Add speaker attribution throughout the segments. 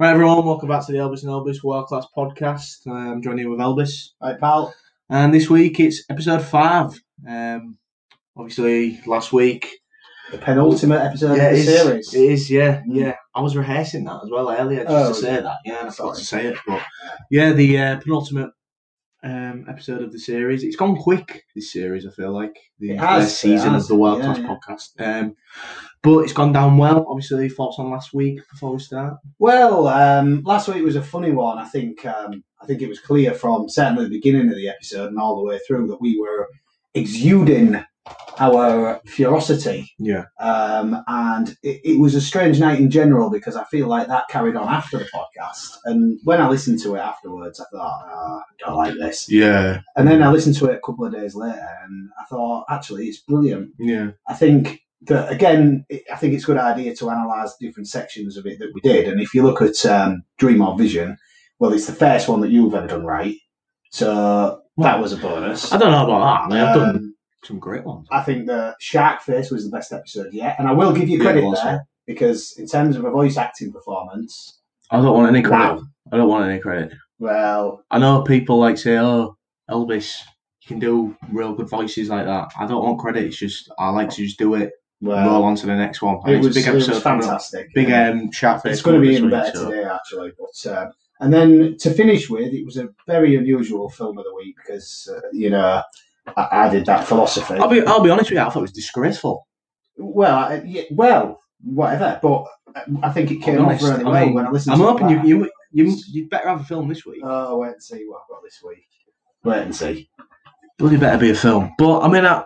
Speaker 1: everyone, welcome back to the Elvis and Elvis World Class Podcast. I'm joined here with Elvis,
Speaker 2: Right, pal.
Speaker 1: and this week it's episode five. Um, obviously, last week
Speaker 2: The penultimate episode
Speaker 1: it
Speaker 2: of the
Speaker 1: is,
Speaker 2: series.
Speaker 1: It is, yeah,
Speaker 2: Mm.
Speaker 1: yeah. I was rehearsing that as well earlier just
Speaker 2: Oh,
Speaker 1: to say
Speaker 2: yeah.
Speaker 1: that. Yeah, and I forgot
Speaker 2: Sorry.
Speaker 1: to say it, but yeah, the uh, penultimate um, episode of the series. It's gone quick. This series, I feel like the
Speaker 2: It has,
Speaker 1: first season
Speaker 2: it has.
Speaker 1: of the World
Speaker 2: Yeah,
Speaker 1: Class
Speaker 2: yeah.
Speaker 1: Podcast. Um, but it's gone down well. Obviously, thoughts on last week before we start.
Speaker 2: Well, um, last week was a funny one. I think um, I think it was clear from certainly the beginning of the episode and all the way through that we were exuding our ferocity.
Speaker 1: Yeah,
Speaker 2: Um, and it, it was a strange night in general because I feel like that carried on after the podcast. And when I listened to it afterwards, I thought, oh, I don't like this.
Speaker 1: yeah,
Speaker 2: And then I listened to it a couple of days later and I thought, actually, it's brilliant.
Speaker 1: yeah,
Speaker 2: I think that again, it- I think it's a good idea to analyse different sections of it that we did. And if you look at um, Dream or Vision, well, it's the first one that you've ever done right, so that was a bonus.
Speaker 1: I don't know about that. I mean, I've done
Speaker 2: Um,
Speaker 1: some great ones.
Speaker 2: I think the Shark Face was the best episode yet, and I will give you credit
Speaker 1: Yeah, it was.
Speaker 2: there because in terms of a voice acting performance,
Speaker 1: I don't want any credit.
Speaker 2: Wow.
Speaker 1: I don't want any credit.
Speaker 2: well,
Speaker 1: I know people like say, "Oh, Elvis, you can do real good voices like that." I don't want credit. It's just I like to just do it. roll
Speaker 2: well,
Speaker 1: on to the next one. And
Speaker 2: it
Speaker 1: it's
Speaker 2: was,
Speaker 1: a big
Speaker 2: it was
Speaker 1: episode. for us.
Speaker 2: fantastic.
Speaker 1: Big
Speaker 2: Yeah.
Speaker 1: um, sharp face.
Speaker 2: It's going to
Speaker 1: one
Speaker 2: be
Speaker 1: this
Speaker 2: even
Speaker 1: week,
Speaker 2: better
Speaker 1: so-
Speaker 2: today, actually. But uh, and then to finish with, it was a very unusual film of the week because uh, you know I, I did that philosophy.
Speaker 1: I'll be I'll be honest with you. I thought it was disgraceful.
Speaker 2: well, I, yeah, well, whatever. But I think it came
Speaker 1: I'll be
Speaker 2: off really
Speaker 1: honest, I
Speaker 2: well
Speaker 1: mean,
Speaker 2: when I listened.
Speaker 1: I'm
Speaker 2: to
Speaker 1: hoping
Speaker 2: it back.
Speaker 1: you you you you'd better have a film this week.
Speaker 2: Oh, wait and see what I've got this week. Wait and see.
Speaker 1: Bloody better be a film. But I mean, I,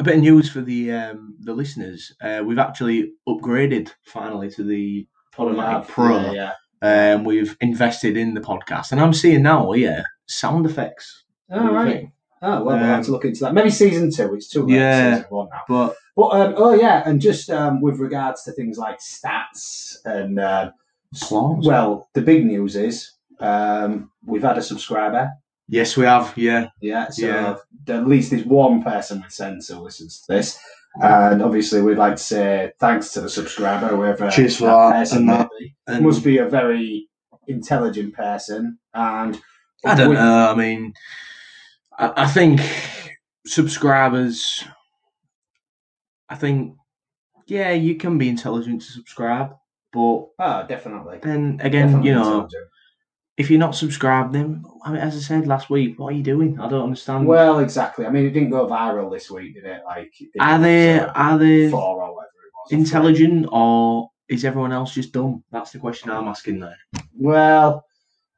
Speaker 1: a bit of news for the um, the listeners. Uh, we've actually upgraded finally to the Podomatic Pro.
Speaker 2: Ah, Yeah, yeah.
Speaker 1: Um, we've invested in the podcast, and I'm seeing now, yeah, sound effects.
Speaker 2: All right. Oh well, we'll
Speaker 1: Um,
Speaker 2: have to look into that. Maybe season two. It's too late.
Speaker 1: Yeah.
Speaker 2: Season one now.
Speaker 1: But
Speaker 2: But um, oh yeah, and just um, with regards to things like stats and uh,
Speaker 1: Applause.
Speaker 2: well, the big news is um, we've had a subscriber.
Speaker 1: yes, we have. Yeah,
Speaker 2: Yeah, so
Speaker 1: Yeah.
Speaker 2: at least there's one person with sense who listens to this. And obviously, we'd like to say thanks to the subscriber, whoever
Speaker 1: Cheers for that,
Speaker 2: person
Speaker 1: and
Speaker 2: may
Speaker 1: that-
Speaker 2: be.
Speaker 1: and
Speaker 2: Must be a very intelligent person, and
Speaker 1: I don't
Speaker 2: we-
Speaker 1: know. I mean, I, I think subscribers. I think, yeah, you can be intelligent to subscribe, but
Speaker 2: Oh, definitely.
Speaker 1: then again,
Speaker 2: Definitely
Speaker 1: you know,
Speaker 2: intelligent.
Speaker 1: if you're not subscribed, then I mean, as I said last week, what are you doing? I don't understand.
Speaker 2: Well, exactly. I mean, it didn't go viral this week, did it? Like, it
Speaker 1: are
Speaker 2: was,
Speaker 1: they
Speaker 2: uh,
Speaker 1: are they
Speaker 2: four or whatever it was.
Speaker 1: intelligent or is everyone else just dumb? That's the question I'm asking there.
Speaker 2: Well,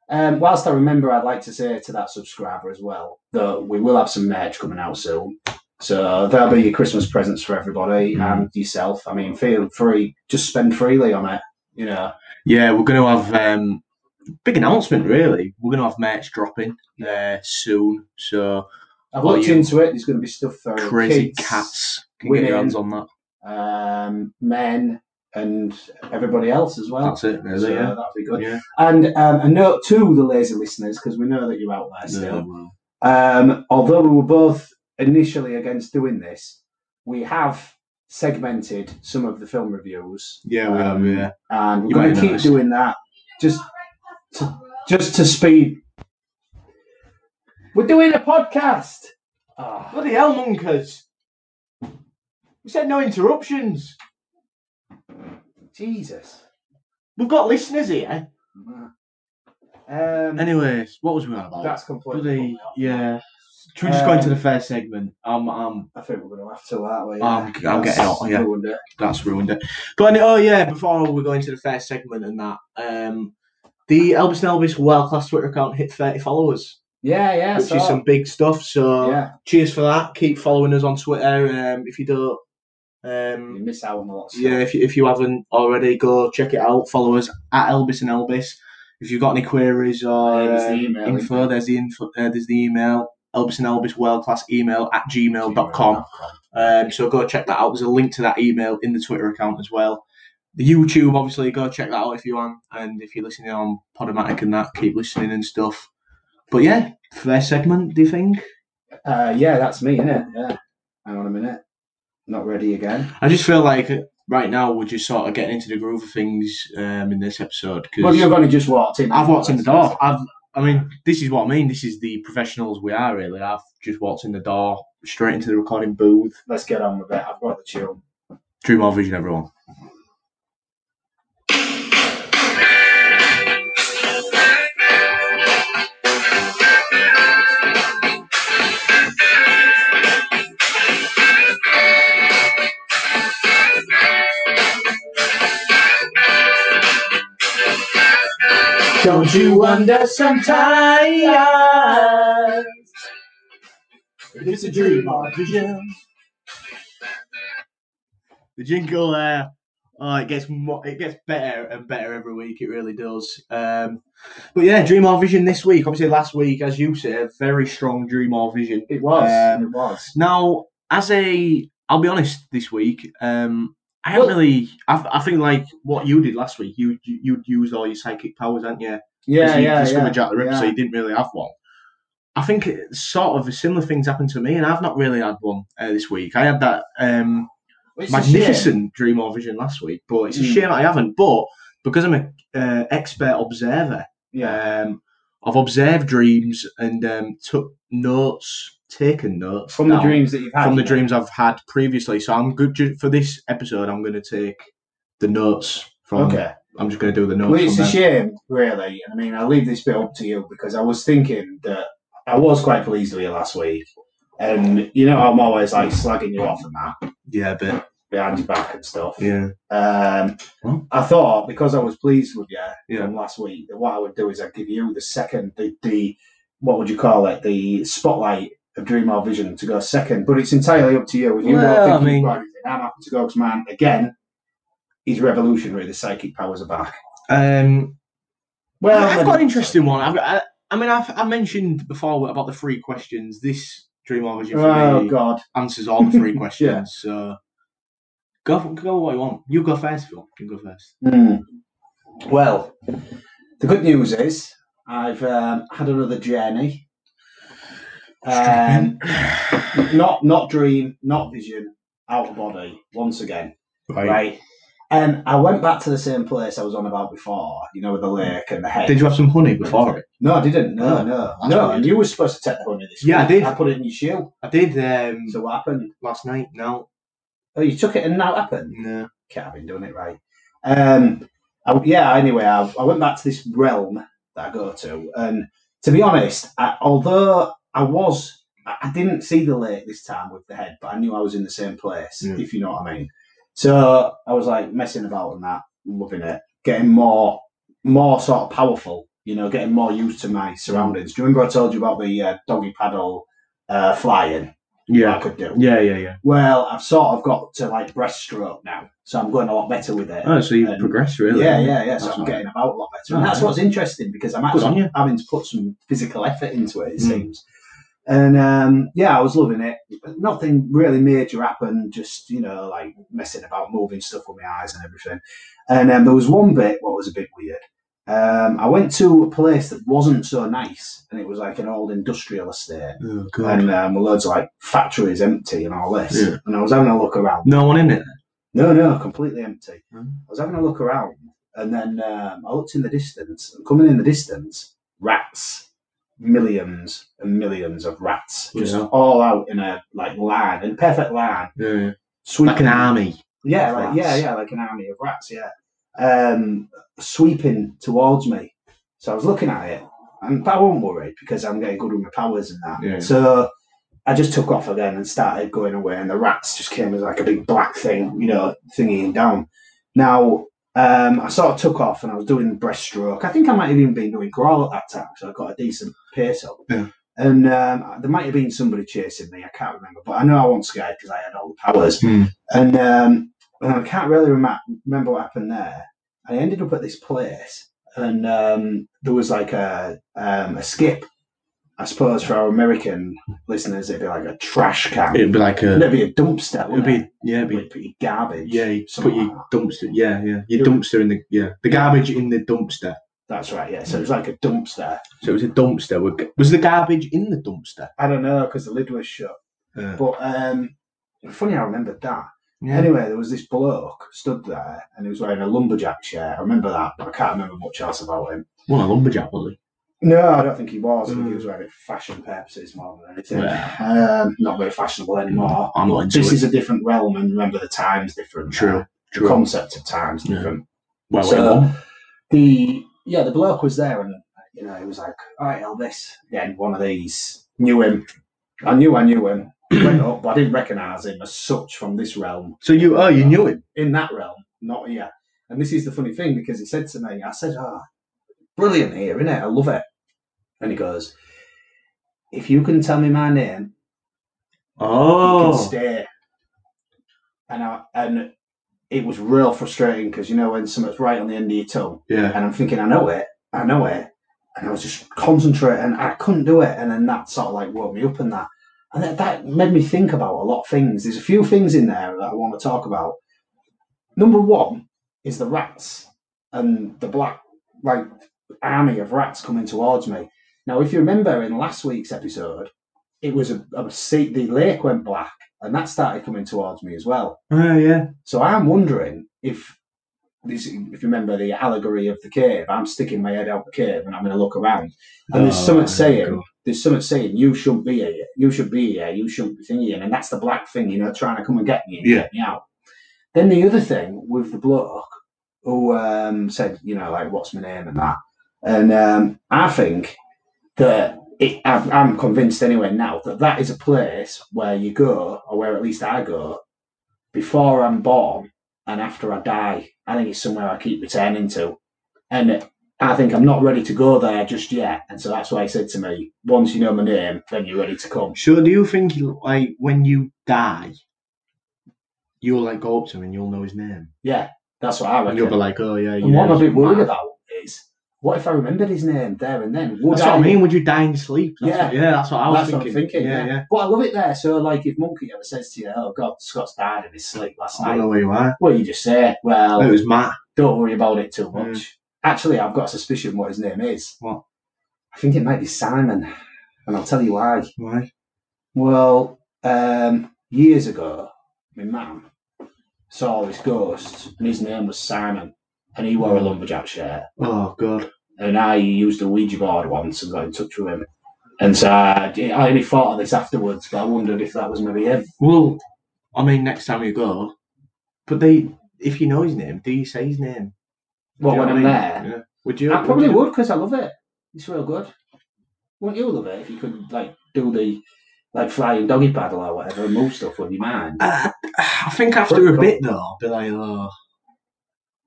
Speaker 2: um, whilst I remember, I'd like to say to that subscriber as well that we will have some merch coming out soon. So that'll be your Christmas presents for everybody
Speaker 1: Mhm.
Speaker 2: and yourself. I mean, feel free, just spend freely on it. You know,
Speaker 1: Yeah, we're going to have um, big announcement. Really, we're going to have merch dropping uh, soon. So
Speaker 2: I've
Speaker 1: Well,
Speaker 2: looked
Speaker 1: you-
Speaker 2: into it. There's going to be stuff for
Speaker 1: crazy
Speaker 2: kids,
Speaker 1: cats can get your
Speaker 2: women.
Speaker 1: hands on that.
Speaker 2: um, men, and everybody else as well.
Speaker 1: That's it, really.
Speaker 2: so
Speaker 1: yeah.
Speaker 2: that'll be good.
Speaker 1: Yeah.
Speaker 2: And um, a note to the lazy listeners because we know that you're out there still. Um, although we were both initially against doing this, we have segmented some of the film reviews,
Speaker 1: Yeah,
Speaker 2: we have,
Speaker 1: yeah.
Speaker 2: and we're
Speaker 1: You
Speaker 2: going
Speaker 1: might
Speaker 2: to
Speaker 1: have
Speaker 2: keep
Speaker 1: noticed.
Speaker 2: doing that just to, just to speed. We're doing a podcast. Ah,
Speaker 1: Bloody hell, monkers! We said no interruptions.
Speaker 2: Jesus.
Speaker 1: We've got listeners here.
Speaker 2: Um,
Speaker 1: Anyways, what was we on about?
Speaker 2: that's completely.
Speaker 1: Bloody
Speaker 2: fucked me up.
Speaker 1: yeah. Should we just go into
Speaker 2: Um,
Speaker 1: the first segment? Um, um,
Speaker 2: I think we're going to have to, aren't we?
Speaker 1: I'm- I'm
Speaker 2: That's
Speaker 1: getting out, yeah.
Speaker 2: ruined it.
Speaker 1: that's ruined it. But any- oh yeah, before we go into the first segment and that, um, the Elvis and Elvis world class Twitter account hit 30 followers,
Speaker 2: Yeah, yeah.
Speaker 1: which
Speaker 2: so-
Speaker 1: is some uh, big stuff. So
Speaker 2: yeah,
Speaker 1: cheers for that. Keep following us on Twitter. Um, if you don't,
Speaker 2: you
Speaker 1: um,
Speaker 2: miss out on a lot of stuff.
Speaker 1: yeah, if you, if you haven't already, go check it out. Follow us at Elvis and Elvis. If you've got any queries or
Speaker 2: There's the
Speaker 1: um,
Speaker 2: email, isn't
Speaker 1: info,
Speaker 2: there?
Speaker 1: there's the info, uh, there's the email. Elvis and Elvis world class email at gmail.com. Um, so go check that out. There's a link to that email in the Twitter account as well. The YouTube, obviously, go check that out if you want. And if you're listening on Podomatic and that, keep listening and stuff. But yeah, first segment, do you think?
Speaker 2: Uh, yeah, that's me, innit? Yeah. Hang on a minute. Not ready again.
Speaker 1: I just feel like right now we're just sort of getting into the groove of things um, in this episode.
Speaker 2: Well, you've only just walked in.
Speaker 1: I've walked in the door. I've, I mean, this is what I mean. This is the professionals we are, really. I've just walked in the door, straight into the recording booth.
Speaker 2: Let's get on with it. I've got the chill.
Speaker 1: Dream on vision, everyone.
Speaker 2: Don't you wonder sometimes if it's a dream or vision?
Speaker 1: The jingle there. Oh, it gets mo- it gets better and better every week. It really does. Um, but yeah, Dream or Vision this week. Obviously, last week, as you said, very strong Dream or Vision.
Speaker 2: It was.
Speaker 1: Um,
Speaker 2: it was.
Speaker 1: Now, as a, I'll be honest, this week, um, I haven't
Speaker 2: Well-
Speaker 1: really. I, I think like what you did last week. You you you used all your psychic powers, hadn't you?
Speaker 2: Yeah,
Speaker 1: you
Speaker 2: yeah,
Speaker 1: discovered
Speaker 2: yeah.
Speaker 1: Jack the Ripper, so
Speaker 2: yeah.
Speaker 1: you didn't really have one. I think it- sort of similar things happened to me, and I've not really had one uh, this week. I had that um,
Speaker 2: It's a shame.
Speaker 1: magnificent dream or vision last week, but it's a
Speaker 2: Mm.
Speaker 1: shame I haven't. But because I'm an uh, expert observer,
Speaker 2: Yeah.
Speaker 1: um, I've observed dreams and um, took notes, taken notes
Speaker 2: From the
Speaker 1: down
Speaker 2: dreams that you've had.
Speaker 1: Uh, from the
Speaker 2: you know.
Speaker 1: dreams I've had previously. So I'm good ju- for this episode. I'm going to take the notes from.
Speaker 2: Okay.
Speaker 1: I'm just going to do the notes.
Speaker 2: Well, it's
Speaker 1: from
Speaker 2: a
Speaker 1: them.
Speaker 2: shame, really. I mean, I leave this bit up to you because I was thinking that I was quite pleased with you last week. And you know, I'm always like slagging you off and that
Speaker 1: Yeah, but
Speaker 2: behind your back and stuff.
Speaker 1: yeah,
Speaker 2: Um,
Speaker 1: Hmm.
Speaker 2: I thought because I was pleased with you
Speaker 1: Yeah.
Speaker 2: from last week, that what I would do is I'd give you the second, the, the what would you call it, the spotlight of Dream or Vision to go second. But it's entirely up to you. If you
Speaker 1: Well,
Speaker 2: don't think
Speaker 1: I mean-
Speaker 2: you've got anything, I'm happy to go because mine again is revolutionary. The psychic powers are back.
Speaker 1: um, Well, I've
Speaker 2: maybe-
Speaker 1: got an interesting one. I've, I, I mean, I've, I mentioned before about the three questions. This Dream Origin for
Speaker 2: Oh
Speaker 1: me
Speaker 2: God!
Speaker 1: answers all the three questions. So go for, go what you want. You go first, Phil. You go first.
Speaker 2: Hmm. Well, the good news is I've um, had another journey. Um, not not dream, not vision, out of body once again, right. And I went back to the same place I was on about before. You know, with the lake and the head.
Speaker 1: Did you have some honey before it?
Speaker 2: no, I didn't. No, no,
Speaker 1: that's
Speaker 2: no.
Speaker 1: weird.
Speaker 2: And you were supposed to take the honey this
Speaker 1: Yeah, I
Speaker 2: week.
Speaker 1: did.
Speaker 2: I put it in your shoe.
Speaker 1: I did um,
Speaker 2: So what happened?
Speaker 1: last night. No,
Speaker 2: Oh, you took it and now it happened.
Speaker 1: no.
Speaker 2: Okay, I've been doing it right. Um, I, yeah, anyway, I, I went back to this realm that I go to, and to be honest, I, although I was, I I didn't see the lake this time with the head, but I knew I was in the same place,
Speaker 1: Yeah.
Speaker 2: if you know what I mean. So I was like messing about and that, loving it, getting more, more sort of powerful, you know, getting more used to my surroundings. Do you remember I told you about the uh, doggy paddle uh, flying? I
Speaker 1: Yeah,
Speaker 2: could do.
Speaker 1: yeah, yeah, yeah.
Speaker 2: Well, I've sort of got to like breaststroke now, so I'm going a lot better with it.
Speaker 1: Oh, so you've
Speaker 2: Um,
Speaker 1: progressed really?
Speaker 2: Yeah, yeah, yeah. So
Speaker 1: That's
Speaker 2: I'm
Speaker 1: nice.
Speaker 2: getting about a lot better. And
Speaker 1: Oh,
Speaker 2: that's
Speaker 1: nice.
Speaker 2: what's interesting because I'm
Speaker 1: Good on
Speaker 2: actually
Speaker 1: you.
Speaker 2: having to put some physical effort into it, it
Speaker 1: Mm.
Speaker 2: seems. And um, yeah, I was loving it. Nothing really major happened, just, you know, like messing about, moving stuff with my eyes and everything. And um, there was one bit what was a bit weird. Um, I went to a place that wasn't so nice, and it was like an old industrial estate.
Speaker 1: Oh god.
Speaker 2: And um, loads of like factories empty and all this.
Speaker 1: Yeah.
Speaker 2: And I was having a look around.
Speaker 1: No one in it.
Speaker 2: No, no, completely empty.
Speaker 1: Hmm.
Speaker 2: I was having a look around, and then um, I looked in the distance. And coming in the distance, rats, millions and millions of rats, just
Speaker 1: Yeah.
Speaker 2: all out in a like line, in perfect line,
Speaker 1: Yeah.
Speaker 2: sweeping
Speaker 1: Like an army.
Speaker 2: Yeah,
Speaker 1: of
Speaker 2: like,
Speaker 1: rats.
Speaker 2: yeah, yeah, like an army of rats. Yeah, um, sweeping towards me. So I was looking at it, and but I wasn't worried because I'm getting good with my powers and that.
Speaker 1: Yeah.
Speaker 2: So I just took off again and started going away, and the rats just came as like a big black thing, you know, thingying down. Now, um, I sort of took off and I was doing breaststroke. I think I might have even been doing growl at that time, so I got a decent pace up.
Speaker 1: Yeah.
Speaker 2: And um, there might have been somebody chasing me, I can't remember, but I know I wasn't scared because I had all the powers.
Speaker 1: Hmm.
Speaker 2: And, um, and I can't really rema- remember what happened there. I ended up at this place, and um, there was like a, um, a skip. I suppose for our American listeners, it'd be like a trash can.
Speaker 1: It'd be like a.
Speaker 2: It'd be a dumpster.
Speaker 1: It'd
Speaker 2: Wouldn't
Speaker 1: be yeah. It'd
Speaker 2: It'd
Speaker 1: be
Speaker 2: be, it'd be garbage.
Speaker 1: Yeah, you put
Speaker 2: something like
Speaker 1: your
Speaker 2: that.
Speaker 1: dumpster. Yeah, yeah,
Speaker 2: Yeah.
Speaker 1: your dumpster in the yeah the garbage in the dumpster.
Speaker 2: That's right. Yeah. So it was like a dumpster.
Speaker 1: So it was a dumpster. with g- Was the garbage in the dumpster?
Speaker 2: I don't know because the lid was shut.
Speaker 1: Yeah.
Speaker 2: But um, funny, I remembered that.
Speaker 1: Yeah.
Speaker 2: Anyway, there was this bloke stood there and he was wearing a lumberjack shirt. I remember that, but I can't remember much else about him.
Speaker 1: Well, a lumberjack, was he?
Speaker 2: No, I don't think he was. I think he
Speaker 1: Mm.
Speaker 2: was wearing it for fashion purposes more than anything.
Speaker 1: Yeah.
Speaker 2: Um, not very fashionable anymore.
Speaker 1: I'm not into
Speaker 2: Oh, This
Speaker 1: it.
Speaker 2: is a different realm, and remember the times different.
Speaker 1: True.
Speaker 2: The
Speaker 1: True.
Speaker 2: concept of times
Speaker 1: Yeah.
Speaker 2: different.
Speaker 1: well,
Speaker 2: so-
Speaker 1: it won.
Speaker 2: The yeah, the bloke was there, and you know he was like, "All right, Elvis." Then one of these knew him. I knew I knew him. Went up, but I didn't recognise him as such from this realm.
Speaker 1: So you, oh, you knew him.
Speaker 2: in that realm, not here. And this is the funny thing because he said to me, I said, Ah, brilliant here, innit? I love it. And he goes, If you can tell me my name, you can
Speaker 1: Oh,
Speaker 2: stay. And I, and it was real frustrating because you know when something's right on the end of your tongue,
Speaker 1: yeah.
Speaker 2: and I'm thinking, I know it, I know it, and I was just concentrating, and I couldn't do it, and then that sort of like woke me up and that, and that, that made me think about a lot of things. There's a few things in there that I want to talk about. Number one is the rats and the black like army of rats coming towards me. Now, if you remember in last week's episode, it was a, a sea, the lake went black, and that started coming towards me as well.
Speaker 1: Oh, yeah.
Speaker 2: So I'm wondering if this, if you remember the allegory of the cave, I'm sticking my head out the cave and I'm going to look around, and there's
Speaker 1: Oh,
Speaker 2: something
Speaker 1: God.
Speaker 2: saying, there's something saying, you shouldn't be here, you should be here, you shouldn't be thinking, and that's the black thing, you know, trying to come and get me, and
Speaker 1: Yeah.
Speaker 2: get me out. Then the other thing with the bloke who um, said, you know, like, what's my name and that, and um, I think that it, I'm I'm convinced anyway now that that is a place where you go, or where at least I go, before I'm born and after I die. I think it's somewhere I keep returning to. And I think I'm not ready to go there just yet. And so that's why he said to me, once you know my name, then you're ready to come.
Speaker 1: So do you think, like, when you die, you'll, like, go up to him and you'll know his name?
Speaker 2: Yeah, that's what I
Speaker 1: And you'll be
Speaker 2: reckon.
Speaker 1: like, oh, yeah,
Speaker 2: And what I'm a bit worried
Speaker 1: Mad.
Speaker 2: about is, what if I remembered his name there and then? Would
Speaker 1: That's what
Speaker 2: I-
Speaker 1: I mean. Would you die in your sleep? That's
Speaker 2: Yeah.
Speaker 1: what- yeah, that's what I was
Speaker 2: That's
Speaker 1: thinking.
Speaker 2: what I'm thinking.
Speaker 1: Yeah, yeah.
Speaker 2: But I love it there. So, like, if Monkey ever says to you, "Oh God, Scott's died in his sleep last
Speaker 1: I don't
Speaker 2: night,"
Speaker 1: know where you are.
Speaker 2: what you just say, "Well,
Speaker 1: It was Matt.
Speaker 2: don't worry about it too much.
Speaker 1: Mm.
Speaker 2: Actually, I've got a suspicion what his name is.
Speaker 1: What?
Speaker 2: I think it might be Simon, and I'll tell you why.
Speaker 1: Why?
Speaker 2: Well, um, years ago, my mum saw this ghost, and his name was Simon, and he
Speaker 1: Mm.
Speaker 2: wore a lumberjack shirt.
Speaker 1: Oh God.
Speaker 2: And I used a Ouija board once and got in touch with him. And so I, I only thought of this afterwards, but I wondered if that was maybe him.
Speaker 1: Well, I mean, next time you go, but they, if you know his name, do you say his name? Do
Speaker 2: Well,
Speaker 1: you
Speaker 2: when
Speaker 1: know
Speaker 2: I'm
Speaker 1: what I
Speaker 2: there,
Speaker 1: mean? Yeah. would you?
Speaker 2: I probably
Speaker 1: you-
Speaker 2: would because I love it. It's real good. Wouldn't you love it if you could like do the like flying doggy paddle or whatever and move stuff with your mind?
Speaker 1: Uh, I think after a bit though, I'd be like, oh,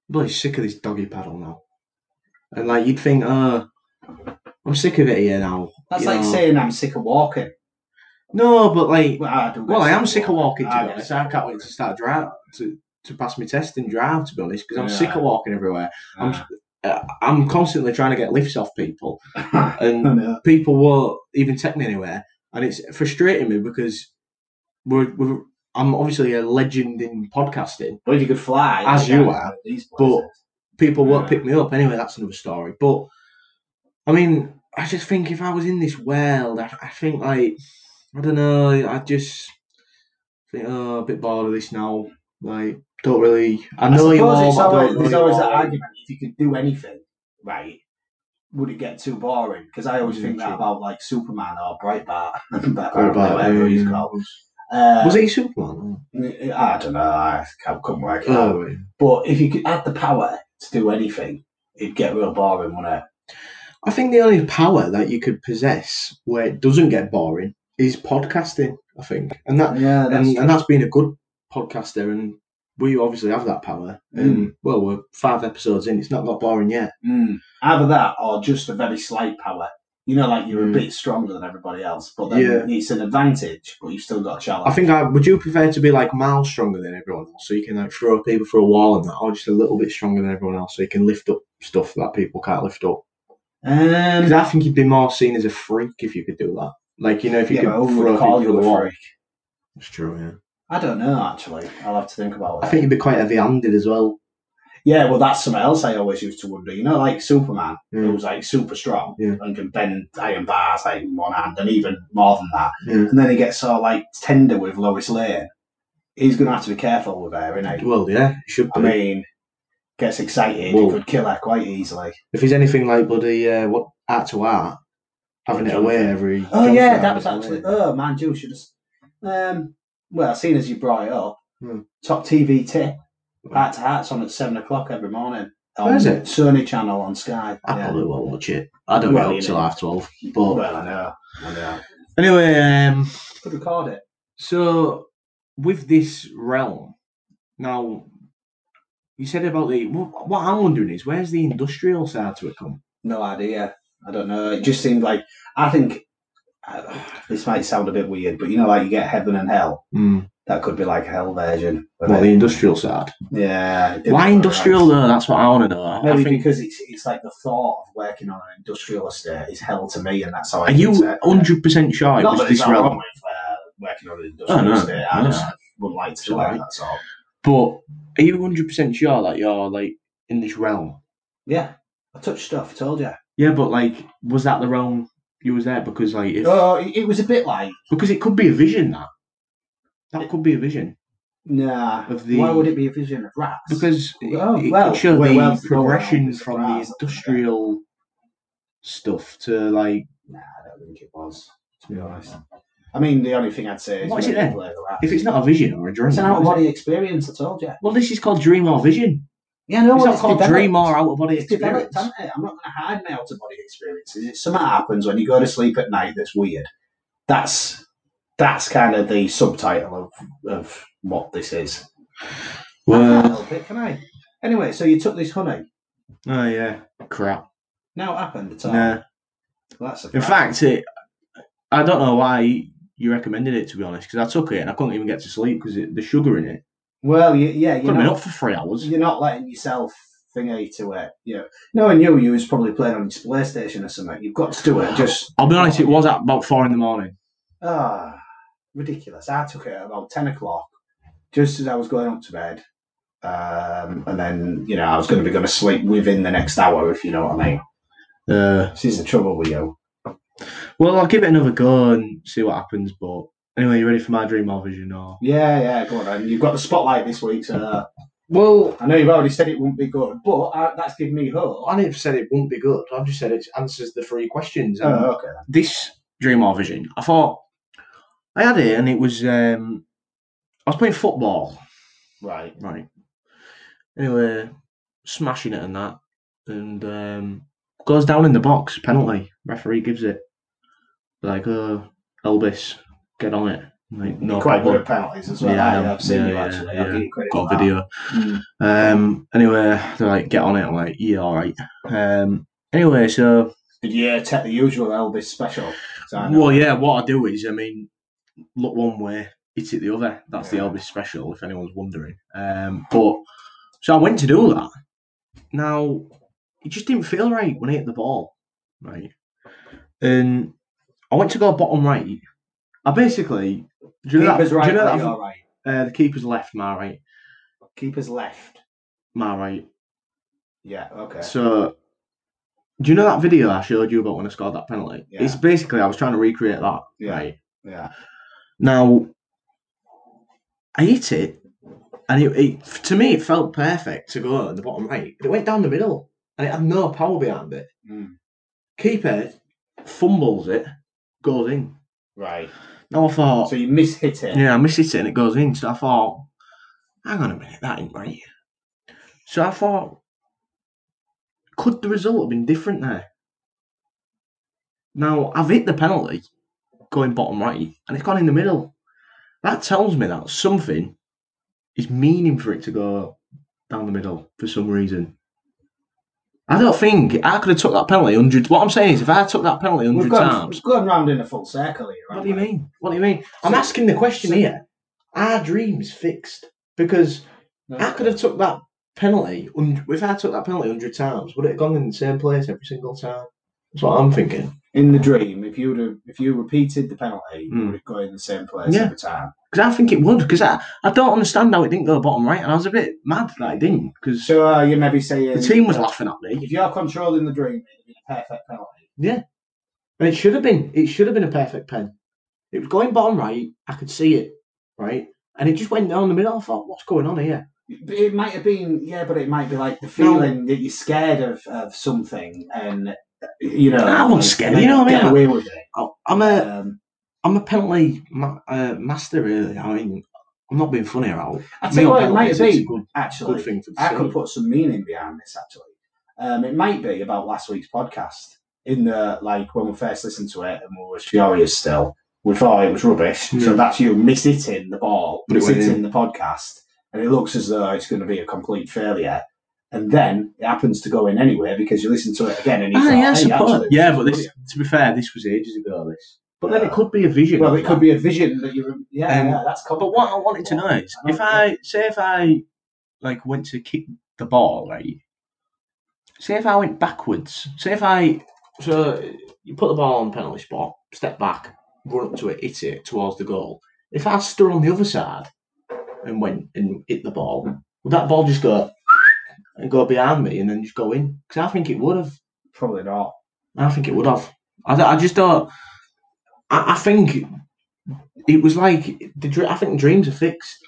Speaker 1: I'm bloody sick of this doggy paddle now, and like you'd think, oh, I'm sick of it here now.
Speaker 2: That's
Speaker 1: you
Speaker 2: like
Speaker 1: know.
Speaker 2: saying I'm sick of walking.
Speaker 1: no, but like,
Speaker 2: Well, I, do get
Speaker 1: well, I am sick of walking. To
Speaker 2: I
Speaker 1: be
Speaker 2: get
Speaker 1: honest,
Speaker 2: sick
Speaker 1: I
Speaker 2: of
Speaker 1: can't wait to
Speaker 2: walking.
Speaker 1: start drive to to pass my test and drive. To be honest, because I'm
Speaker 2: Yeah.
Speaker 1: sick of walking everywhere. I'm-
Speaker 2: Ah.
Speaker 1: uh, I'm constantly trying to get lifts off people, and
Speaker 2: I know.
Speaker 1: people won't even take me anywhere, and it's frustrating me because we're, we're I'm obviously a legend in podcasting.
Speaker 2: Well, if you could fly
Speaker 1: As
Speaker 2: you
Speaker 1: you
Speaker 2: can
Speaker 1: are,
Speaker 2: at these
Speaker 1: but-
Speaker 2: places.
Speaker 1: People won't
Speaker 2: Yeah.
Speaker 1: pick me up anyway. That's another story. But I mean, I just think if I was in this world, I, I think like I don't know. I just think oh, a bit bored of this now. Like don't really. I
Speaker 2: I
Speaker 1: know
Speaker 2: suppose
Speaker 1: you all,
Speaker 2: it's
Speaker 1: but I
Speaker 2: always,
Speaker 1: don't
Speaker 2: there's
Speaker 1: really
Speaker 2: always that
Speaker 1: know.
Speaker 2: argument. If you could do anything, right, would it get too boring? Because I always
Speaker 1: Mm,
Speaker 2: think that
Speaker 1: true.
Speaker 2: about like Superman or Breitbart, Breitbart,
Speaker 1: What about,
Speaker 2: whatever he's
Speaker 1: um,
Speaker 2: called. Uh,
Speaker 1: Was it Superman?
Speaker 2: I don't know. I can't come work it out.
Speaker 1: Oh, right.
Speaker 2: But if you could add the power to do anything, it'd get real boring, wouldn't it?
Speaker 1: I think the only power that you could possess where it doesn't get boring is podcasting. I think, and that
Speaker 2: Yeah,
Speaker 1: and, and that's being a good podcaster, and we obviously have that power.
Speaker 2: Hmm.
Speaker 1: And well, we're five episodes in; it's not got boring yet.
Speaker 2: mm. either that or just a very slight power. You know, like you're a
Speaker 1: Mm.
Speaker 2: bit stronger than everybody else, but then
Speaker 1: Yeah.
Speaker 2: it's an advantage, but you've still got a challenge.
Speaker 1: I think I would you prefer to be like miles stronger than everyone else, so you can like throw people through a wall and that, or just a little bit stronger than everyone else, so you can lift up stuff that people can't lift up. Because
Speaker 2: Um,
Speaker 1: I think you'd be more seen as a freak if you could do that. Like you know, if you
Speaker 2: yeah,
Speaker 1: could
Speaker 2: but who
Speaker 1: throw
Speaker 2: would
Speaker 1: people
Speaker 2: call
Speaker 1: through
Speaker 2: you
Speaker 1: the
Speaker 2: a
Speaker 1: wall.
Speaker 2: freak?
Speaker 1: It's true, yeah.
Speaker 2: I don't know, actually. I'll have to think about it.
Speaker 1: I think you'd be quite heavy-handed as well.
Speaker 2: yeah, well, that's something else I always used to wonder. You know, like Superman,
Speaker 1: Mm.
Speaker 2: who's like super strong
Speaker 1: Yeah.
Speaker 2: and can bend iron bars like in one hand and even more than that.
Speaker 1: Yeah.
Speaker 2: And then he gets sort of like tender with Lois Lane. he's going to have to be careful with her, isn't he?
Speaker 1: Well, yeah, it should
Speaker 2: I
Speaker 1: be.
Speaker 2: mean, gets excited,
Speaker 1: Well-
Speaker 2: he could kill her quite easily.
Speaker 1: if he's anything like bloody uh, what art to art, having it away every.
Speaker 2: Oh
Speaker 1: Johnson
Speaker 2: yeah,
Speaker 1: having
Speaker 2: that was
Speaker 1: it away.
Speaker 2: actually. Oh man, Jill should have. Um, well, seeing as you brought it up,
Speaker 1: Hmm.
Speaker 2: top TV tip,
Speaker 1: Hmm.
Speaker 2: heart to hearts on at seven o'clock every morning.
Speaker 1: Where
Speaker 2: on
Speaker 1: is it?
Speaker 2: Sony Channel on Sky.
Speaker 1: I
Speaker 2: Yeah.
Speaker 1: probably won't watch it. I don't get
Speaker 2: Well, you
Speaker 1: up till
Speaker 2: know.
Speaker 1: half twelve. But
Speaker 2: Well, I know. I know.
Speaker 1: anyway, um,
Speaker 2: Could record it.
Speaker 1: so with this realm now, you said about the wh- what I'm wondering is where's the industrial side to it come?
Speaker 2: No idea. I don't know. It just seemed like I think uh, this might sound a bit weird, but you know, like you get heaven and hell.
Speaker 1: Mm.
Speaker 2: That could be like a hell version. of
Speaker 1: Well,
Speaker 2: it.
Speaker 1: the industrial side.
Speaker 2: yeah. it didn't
Speaker 1: Why
Speaker 2: look
Speaker 1: industrial
Speaker 2: right.
Speaker 1: though? That's what I want to know. I
Speaker 2: Maybe
Speaker 1: think.
Speaker 2: because it's it's like the thought of working on an industrial estate is hell to me, and that's how I.
Speaker 1: Are you
Speaker 2: interpret it.
Speaker 1: 100% sure it
Speaker 2: uh, Not
Speaker 1: was
Speaker 2: that it's
Speaker 1: this
Speaker 2: not wrong
Speaker 1: realm?
Speaker 2: with uh, working on an industrial
Speaker 1: Oh, no,
Speaker 2: estate. I
Speaker 1: no.
Speaker 2: just wouldn't like to do
Speaker 1: Alright.
Speaker 2: that. That's all.
Speaker 1: But are you 100% sure that you're like in this realm?
Speaker 2: Yeah, I touched stuff. Told you.
Speaker 1: Yeah, but like, was that the realm you was there? Because like, if,
Speaker 2: Oh, it, it was a bit like
Speaker 1: because it could be a vision that that could be a vision
Speaker 2: nah.
Speaker 1: Of the-
Speaker 2: Why would it be a vision of rats?
Speaker 1: because it,
Speaker 2: Oh,
Speaker 1: it
Speaker 2: well,
Speaker 1: could show
Speaker 2: well,
Speaker 1: the
Speaker 2: well,
Speaker 1: progression
Speaker 2: well,
Speaker 1: from the
Speaker 2: surprise.
Speaker 1: industrial stuff to like,
Speaker 2: nah, I don't think it was. To be honest, I mean the only thing I'd say is
Speaker 1: What is it
Speaker 2: maybe
Speaker 1: then?
Speaker 2: play the rats.
Speaker 1: if it's not a vision or a dream.
Speaker 2: It's an
Speaker 1: what
Speaker 2: out of
Speaker 1: is it?
Speaker 2: body experience. I told you.
Speaker 1: Well, this is called dream or vision.
Speaker 2: Yeah, no,
Speaker 1: it's
Speaker 2: well,
Speaker 1: not called
Speaker 2: developed.
Speaker 1: dream or out of body
Speaker 2: It's developed,
Speaker 1: experience.
Speaker 2: hasn't it? I'm not going to hide my out of body experiences. It's something that happens when you go to sleep at night that's weird. That's that's kind of the subtitle of, of what this is. I can't
Speaker 1: Well,
Speaker 2: help it, can I? Anyway, so you took this honey.
Speaker 1: oh yeah, crap.
Speaker 2: Now it happened at all.
Speaker 1: Nah.
Speaker 2: Well, that's a
Speaker 1: In fact, it, I don't know why you recommended it to be honest, because I took it and I couldn't even get to sleep because the sugar in it.
Speaker 2: well, you, yeah,
Speaker 1: I
Speaker 2: you're
Speaker 1: could have been
Speaker 2: not,
Speaker 1: up for three hours.
Speaker 2: you're not letting yourself thingy to it. You know, knowing you, you was probably playing on his PlayStation or something. You've got to do it. Just
Speaker 1: I'll be honest, it was at about four in the morning.
Speaker 2: ah, ridiculous. I took it at about ten o'clock, just as I was going up to bed, um, and then you know I was going to be going to sleep within the next hour, if you know what I mean.
Speaker 1: Uh,
Speaker 2: This is the trouble with you.
Speaker 1: well, I'll give it another go and see what happens. But anyway, you ready for my dream or vision or?
Speaker 2: Yeah, yeah, go on. Then. You've got the spotlight this week, so uh,
Speaker 1: Well,
Speaker 2: I know you've already said it wouldn't be good, but uh, that's given me hope.
Speaker 1: I didn't said it wouldn't be good. I've just said it answers the three questions. And
Speaker 2: Oh, okay.
Speaker 1: Uh, This dream or vision, I thought I had it, and it was um, I was playing football.
Speaker 2: Right.
Speaker 1: Right. Anyway, smashing it and that, and um, goes down in the box. Penalty. Referee gives it. Like, uh, Elvis, get on it. Like, no
Speaker 2: You're quite good
Speaker 1: problem.
Speaker 2: at penalties as well.
Speaker 1: Yeah, I
Speaker 2: I
Speaker 1: am.
Speaker 2: have seen
Speaker 1: Yeah,
Speaker 2: you
Speaker 1: yeah,
Speaker 2: actually.
Speaker 1: yeah.
Speaker 2: I'll give you credit
Speaker 1: Got
Speaker 2: for
Speaker 1: a
Speaker 2: that.
Speaker 1: video.
Speaker 2: Mm.
Speaker 1: Um. Anyway, they're like, get on it. I'm like, yeah, all right. Um. Anyway, so
Speaker 2: Did you take the usual Elvis special? So I know.
Speaker 1: well, yeah. What I do is, I mean, look one way, hit it the other. That's
Speaker 2: Yeah.
Speaker 1: the Elvis special, if anyone's wondering. Um. But so I went to do that. Now, it just didn't feel right when I hit the ball, right? And I went to go bottom right. I basically, do you know
Speaker 2: Keeper's
Speaker 1: that?
Speaker 2: right,
Speaker 1: do you know
Speaker 2: right,
Speaker 1: that-
Speaker 2: all right.
Speaker 1: uh, the keeper's left, my right,
Speaker 2: Keeper's left.
Speaker 1: my right.
Speaker 2: Yeah, okay.
Speaker 1: So, do you know that video I showed you about when I scored that penalty?
Speaker 2: Yeah.
Speaker 1: It's basically I was trying to recreate that.
Speaker 2: Yeah.
Speaker 1: Right
Speaker 2: Yeah.
Speaker 1: now, I hit it, and it, it to me it felt perfect to go at the bottom right. It went down the middle, and it had no power behind it.
Speaker 2: Mm.
Speaker 1: Keeper fumbles it, goes in.
Speaker 2: Right.
Speaker 1: Now I thought,
Speaker 2: So you mishit it.
Speaker 1: Oh. yeah, I miss it and it goes in. So I thought, hang on a minute, that ain't right. So I thought, could the result have been different there? Now I've hit the penalty, going bottom right, and it's gone in the middle. That tells me that something is meaning for it to go down the middle for some reason. I don't think I could have took that penalty hundred. What I'm saying is, if I took that penalty
Speaker 2: We've
Speaker 1: hundred
Speaker 2: gone,
Speaker 1: times,
Speaker 2: we've gone round in a full circle here.
Speaker 1: what
Speaker 2: haven't
Speaker 1: do you
Speaker 2: we?
Speaker 1: mean? What do you mean? I'm
Speaker 2: So-
Speaker 1: asking the question
Speaker 2: so-
Speaker 1: here. Are dreams fixed? Because
Speaker 2: No.
Speaker 1: I could have took that penalty. un- If I took that penalty hundred times, would it have gone in the same place every single time? That's what I'm thinking.
Speaker 2: In the dream, if you'd have, if you repeated the penalty,
Speaker 1: Mm.
Speaker 2: you would have gone in the same place
Speaker 1: Yeah.
Speaker 2: every time.
Speaker 1: Because I think it would. Because I, I don't understand how it didn't go bottom right, and I was a bit mad that it didn't. Because
Speaker 2: So uh, you maybe saying
Speaker 1: the team was laughing at me,
Speaker 2: If you're controlling the dream, it'd be a perfect penalty.
Speaker 1: and it should have been. It should have been a perfect pen. It was going bottom right. I could see it. Right. And it just went down the middle. I thought, what's going on here?
Speaker 2: But It might have been, yeah, but it might be like the feeling that you're scared of, of something, and you know,
Speaker 1: I wasn't
Speaker 2: like,
Speaker 1: scared,
Speaker 2: they
Speaker 1: you know what I
Speaker 2: get
Speaker 1: mean?
Speaker 2: Away with it.
Speaker 1: I- I'm a
Speaker 2: Um,
Speaker 1: I'm a penalty ma- uh, master, really. I mean, I'm not being funny about.
Speaker 2: I tell you what, it might
Speaker 1: It's a
Speaker 2: be
Speaker 1: good,
Speaker 2: actually.
Speaker 1: good thing to
Speaker 2: I could
Speaker 1: see.
Speaker 2: put some meaning behind this actually. Um, it might be about last week's podcast. In the like when we first listened to it and we were furious still, we thought it was rubbish. So
Speaker 1: Yeah.
Speaker 2: that's you mishitting the ball,
Speaker 1: But it went
Speaker 2: mishitting the podcast, and it looks as though it's going to be a complete failure. And then it happens to go in anyway because you listen to it again and you
Speaker 1: Ah,
Speaker 2: thought,
Speaker 1: yeah, I
Speaker 2: hey,
Speaker 1: suppose.
Speaker 2: actually,
Speaker 1: yeah, but this, to be fair, this was ages ago. This, but then it
Speaker 2: Yeah.
Speaker 1: could be a vision.
Speaker 2: well,
Speaker 1: of
Speaker 2: it could
Speaker 1: that.
Speaker 2: be a vision that you're. Yeah,
Speaker 1: Um,
Speaker 2: yeah that's.
Speaker 1: But what I wanted to know is, if I say if I like went to kick the ball, right? Say if I went backwards. Say if I so you put the ball on the penalty spot, step back, run up to it, hit it towards the goal. If I stood on the other side and went and hit the ball, would that ball just go and go behind me and then just go in? Because I think it would have.
Speaker 2: probably not.
Speaker 1: I think it would have. I, don't- I just don't. I, I think it was like the. dr- I think dreams are fixed.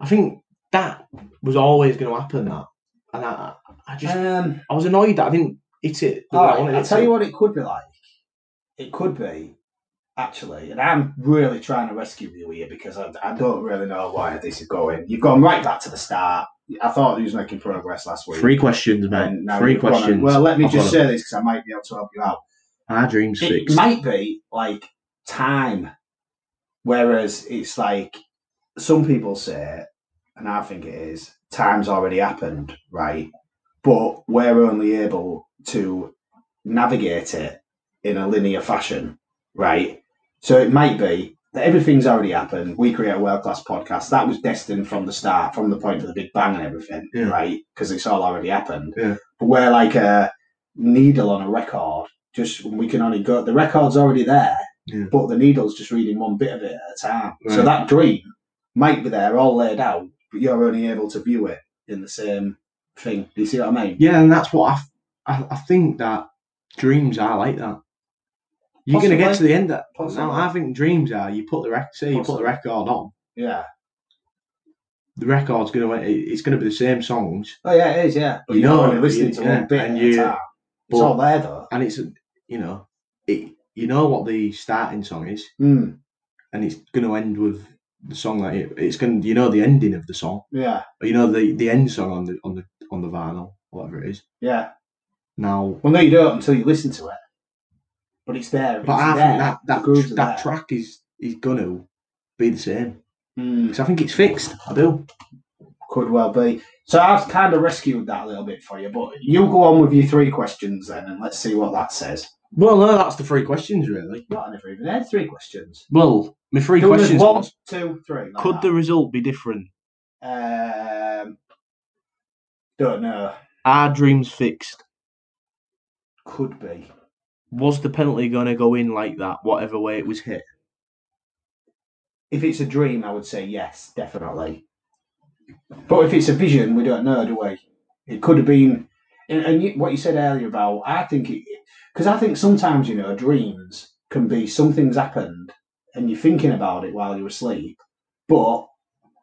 Speaker 1: I think that was always going to happen. That and I, I just
Speaker 2: Um,
Speaker 1: I was annoyed that I didn't hit it. the way
Speaker 2: All
Speaker 1: I wanted
Speaker 2: right, I'll
Speaker 1: it
Speaker 2: tell
Speaker 1: to.
Speaker 2: you what it could be like. It could be, actually, and I'm really trying to rescue you here because I, I don't really know why this is going. You've gone right back to the start. I thought he was making progress last week.
Speaker 1: Three questions,
Speaker 2: and
Speaker 1: man.
Speaker 2: now
Speaker 1: Three
Speaker 2: you've gone on.
Speaker 1: questions.
Speaker 2: Well, let me
Speaker 1: I've
Speaker 2: just
Speaker 1: gone
Speaker 2: say this because I might be able to help you out.
Speaker 1: on. Our dreams
Speaker 2: It
Speaker 1: fixed.
Speaker 2: might be like time, whereas it's like some people say, and I think it is, time's already happened, right? But we're only able to navigate it in a linear fashion, right? So it might be that everything's already happened. We create a world class podcast that was destined from the start, from the point of the Big Bang and everything,
Speaker 1: Yeah.
Speaker 2: right? Because it's all already happened.
Speaker 1: Yeah.
Speaker 2: But we're like a needle on a record. Just we can only go. The record's already there,
Speaker 1: Yeah.
Speaker 2: but the needle's just reading one bit of it at a time. So
Speaker 1: Right.
Speaker 2: that dream might be there, all laid out, but you're only able to view it in the same thing. Do you see what I mean?
Speaker 1: Yeah, and that's what I, I, I think that dreams are like that. You're going to get to
Speaker 2: Possibly.
Speaker 1: the end. That,
Speaker 2: Possibly.
Speaker 1: now, I think dreams are you put the rec- say you put
Speaker 2: Possibly.
Speaker 1: the record on.
Speaker 2: Yeah.
Speaker 1: The record's going to it's going to be the same songs,
Speaker 2: Oh yeah, it is. Yeah. But
Speaker 1: You
Speaker 2: you're
Speaker 1: know,
Speaker 2: only listening to
Speaker 1: yeah,
Speaker 2: one bit
Speaker 1: and
Speaker 2: at
Speaker 1: you-
Speaker 2: a time. It's all there though.
Speaker 1: and it's you know it you know what the starting song is,
Speaker 2: Mm,
Speaker 1: and it's going to end with the song that it, it's going to you know the ending of the song,
Speaker 2: yeah.
Speaker 1: or you know the the end song on the on the on the vinyl, whatever it is.
Speaker 2: Yeah.
Speaker 1: Now
Speaker 2: Well, no, you don't until you listen to it. But it's there.
Speaker 1: But
Speaker 2: it's
Speaker 1: I
Speaker 2: there.
Speaker 1: think that
Speaker 2: the
Speaker 1: that,
Speaker 2: grooves are
Speaker 1: that
Speaker 2: there.
Speaker 1: track is is gonna be the same
Speaker 2: Mm,
Speaker 1: because I think it's fixed. I do.
Speaker 2: could well be. So I've kind of rescued that a little bit for you. But you go on with your three questions then, and let's see what that says.
Speaker 1: Well, no, that's the three questions really.
Speaker 2: Not never even had three questions.
Speaker 1: Well, my three
Speaker 2: There was
Speaker 1: questions
Speaker 2: one,
Speaker 1: was:
Speaker 2: two, three. like
Speaker 1: Could
Speaker 2: that.
Speaker 1: the result be different?
Speaker 2: Um, don't know.
Speaker 1: Are dreams fixed?
Speaker 2: Could be.
Speaker 1: Was the penalty gonna go in like that, whatever way it was hit?
Speaker 2: If it's a dream, I would say yes, definitely. But if it's a vision, we don't know, do we? It could have been. And, and you, what you said earlier about, I think it. Because I think sometimes, you know, dreams can be something's happened and you're thinking about it while you're asleep, but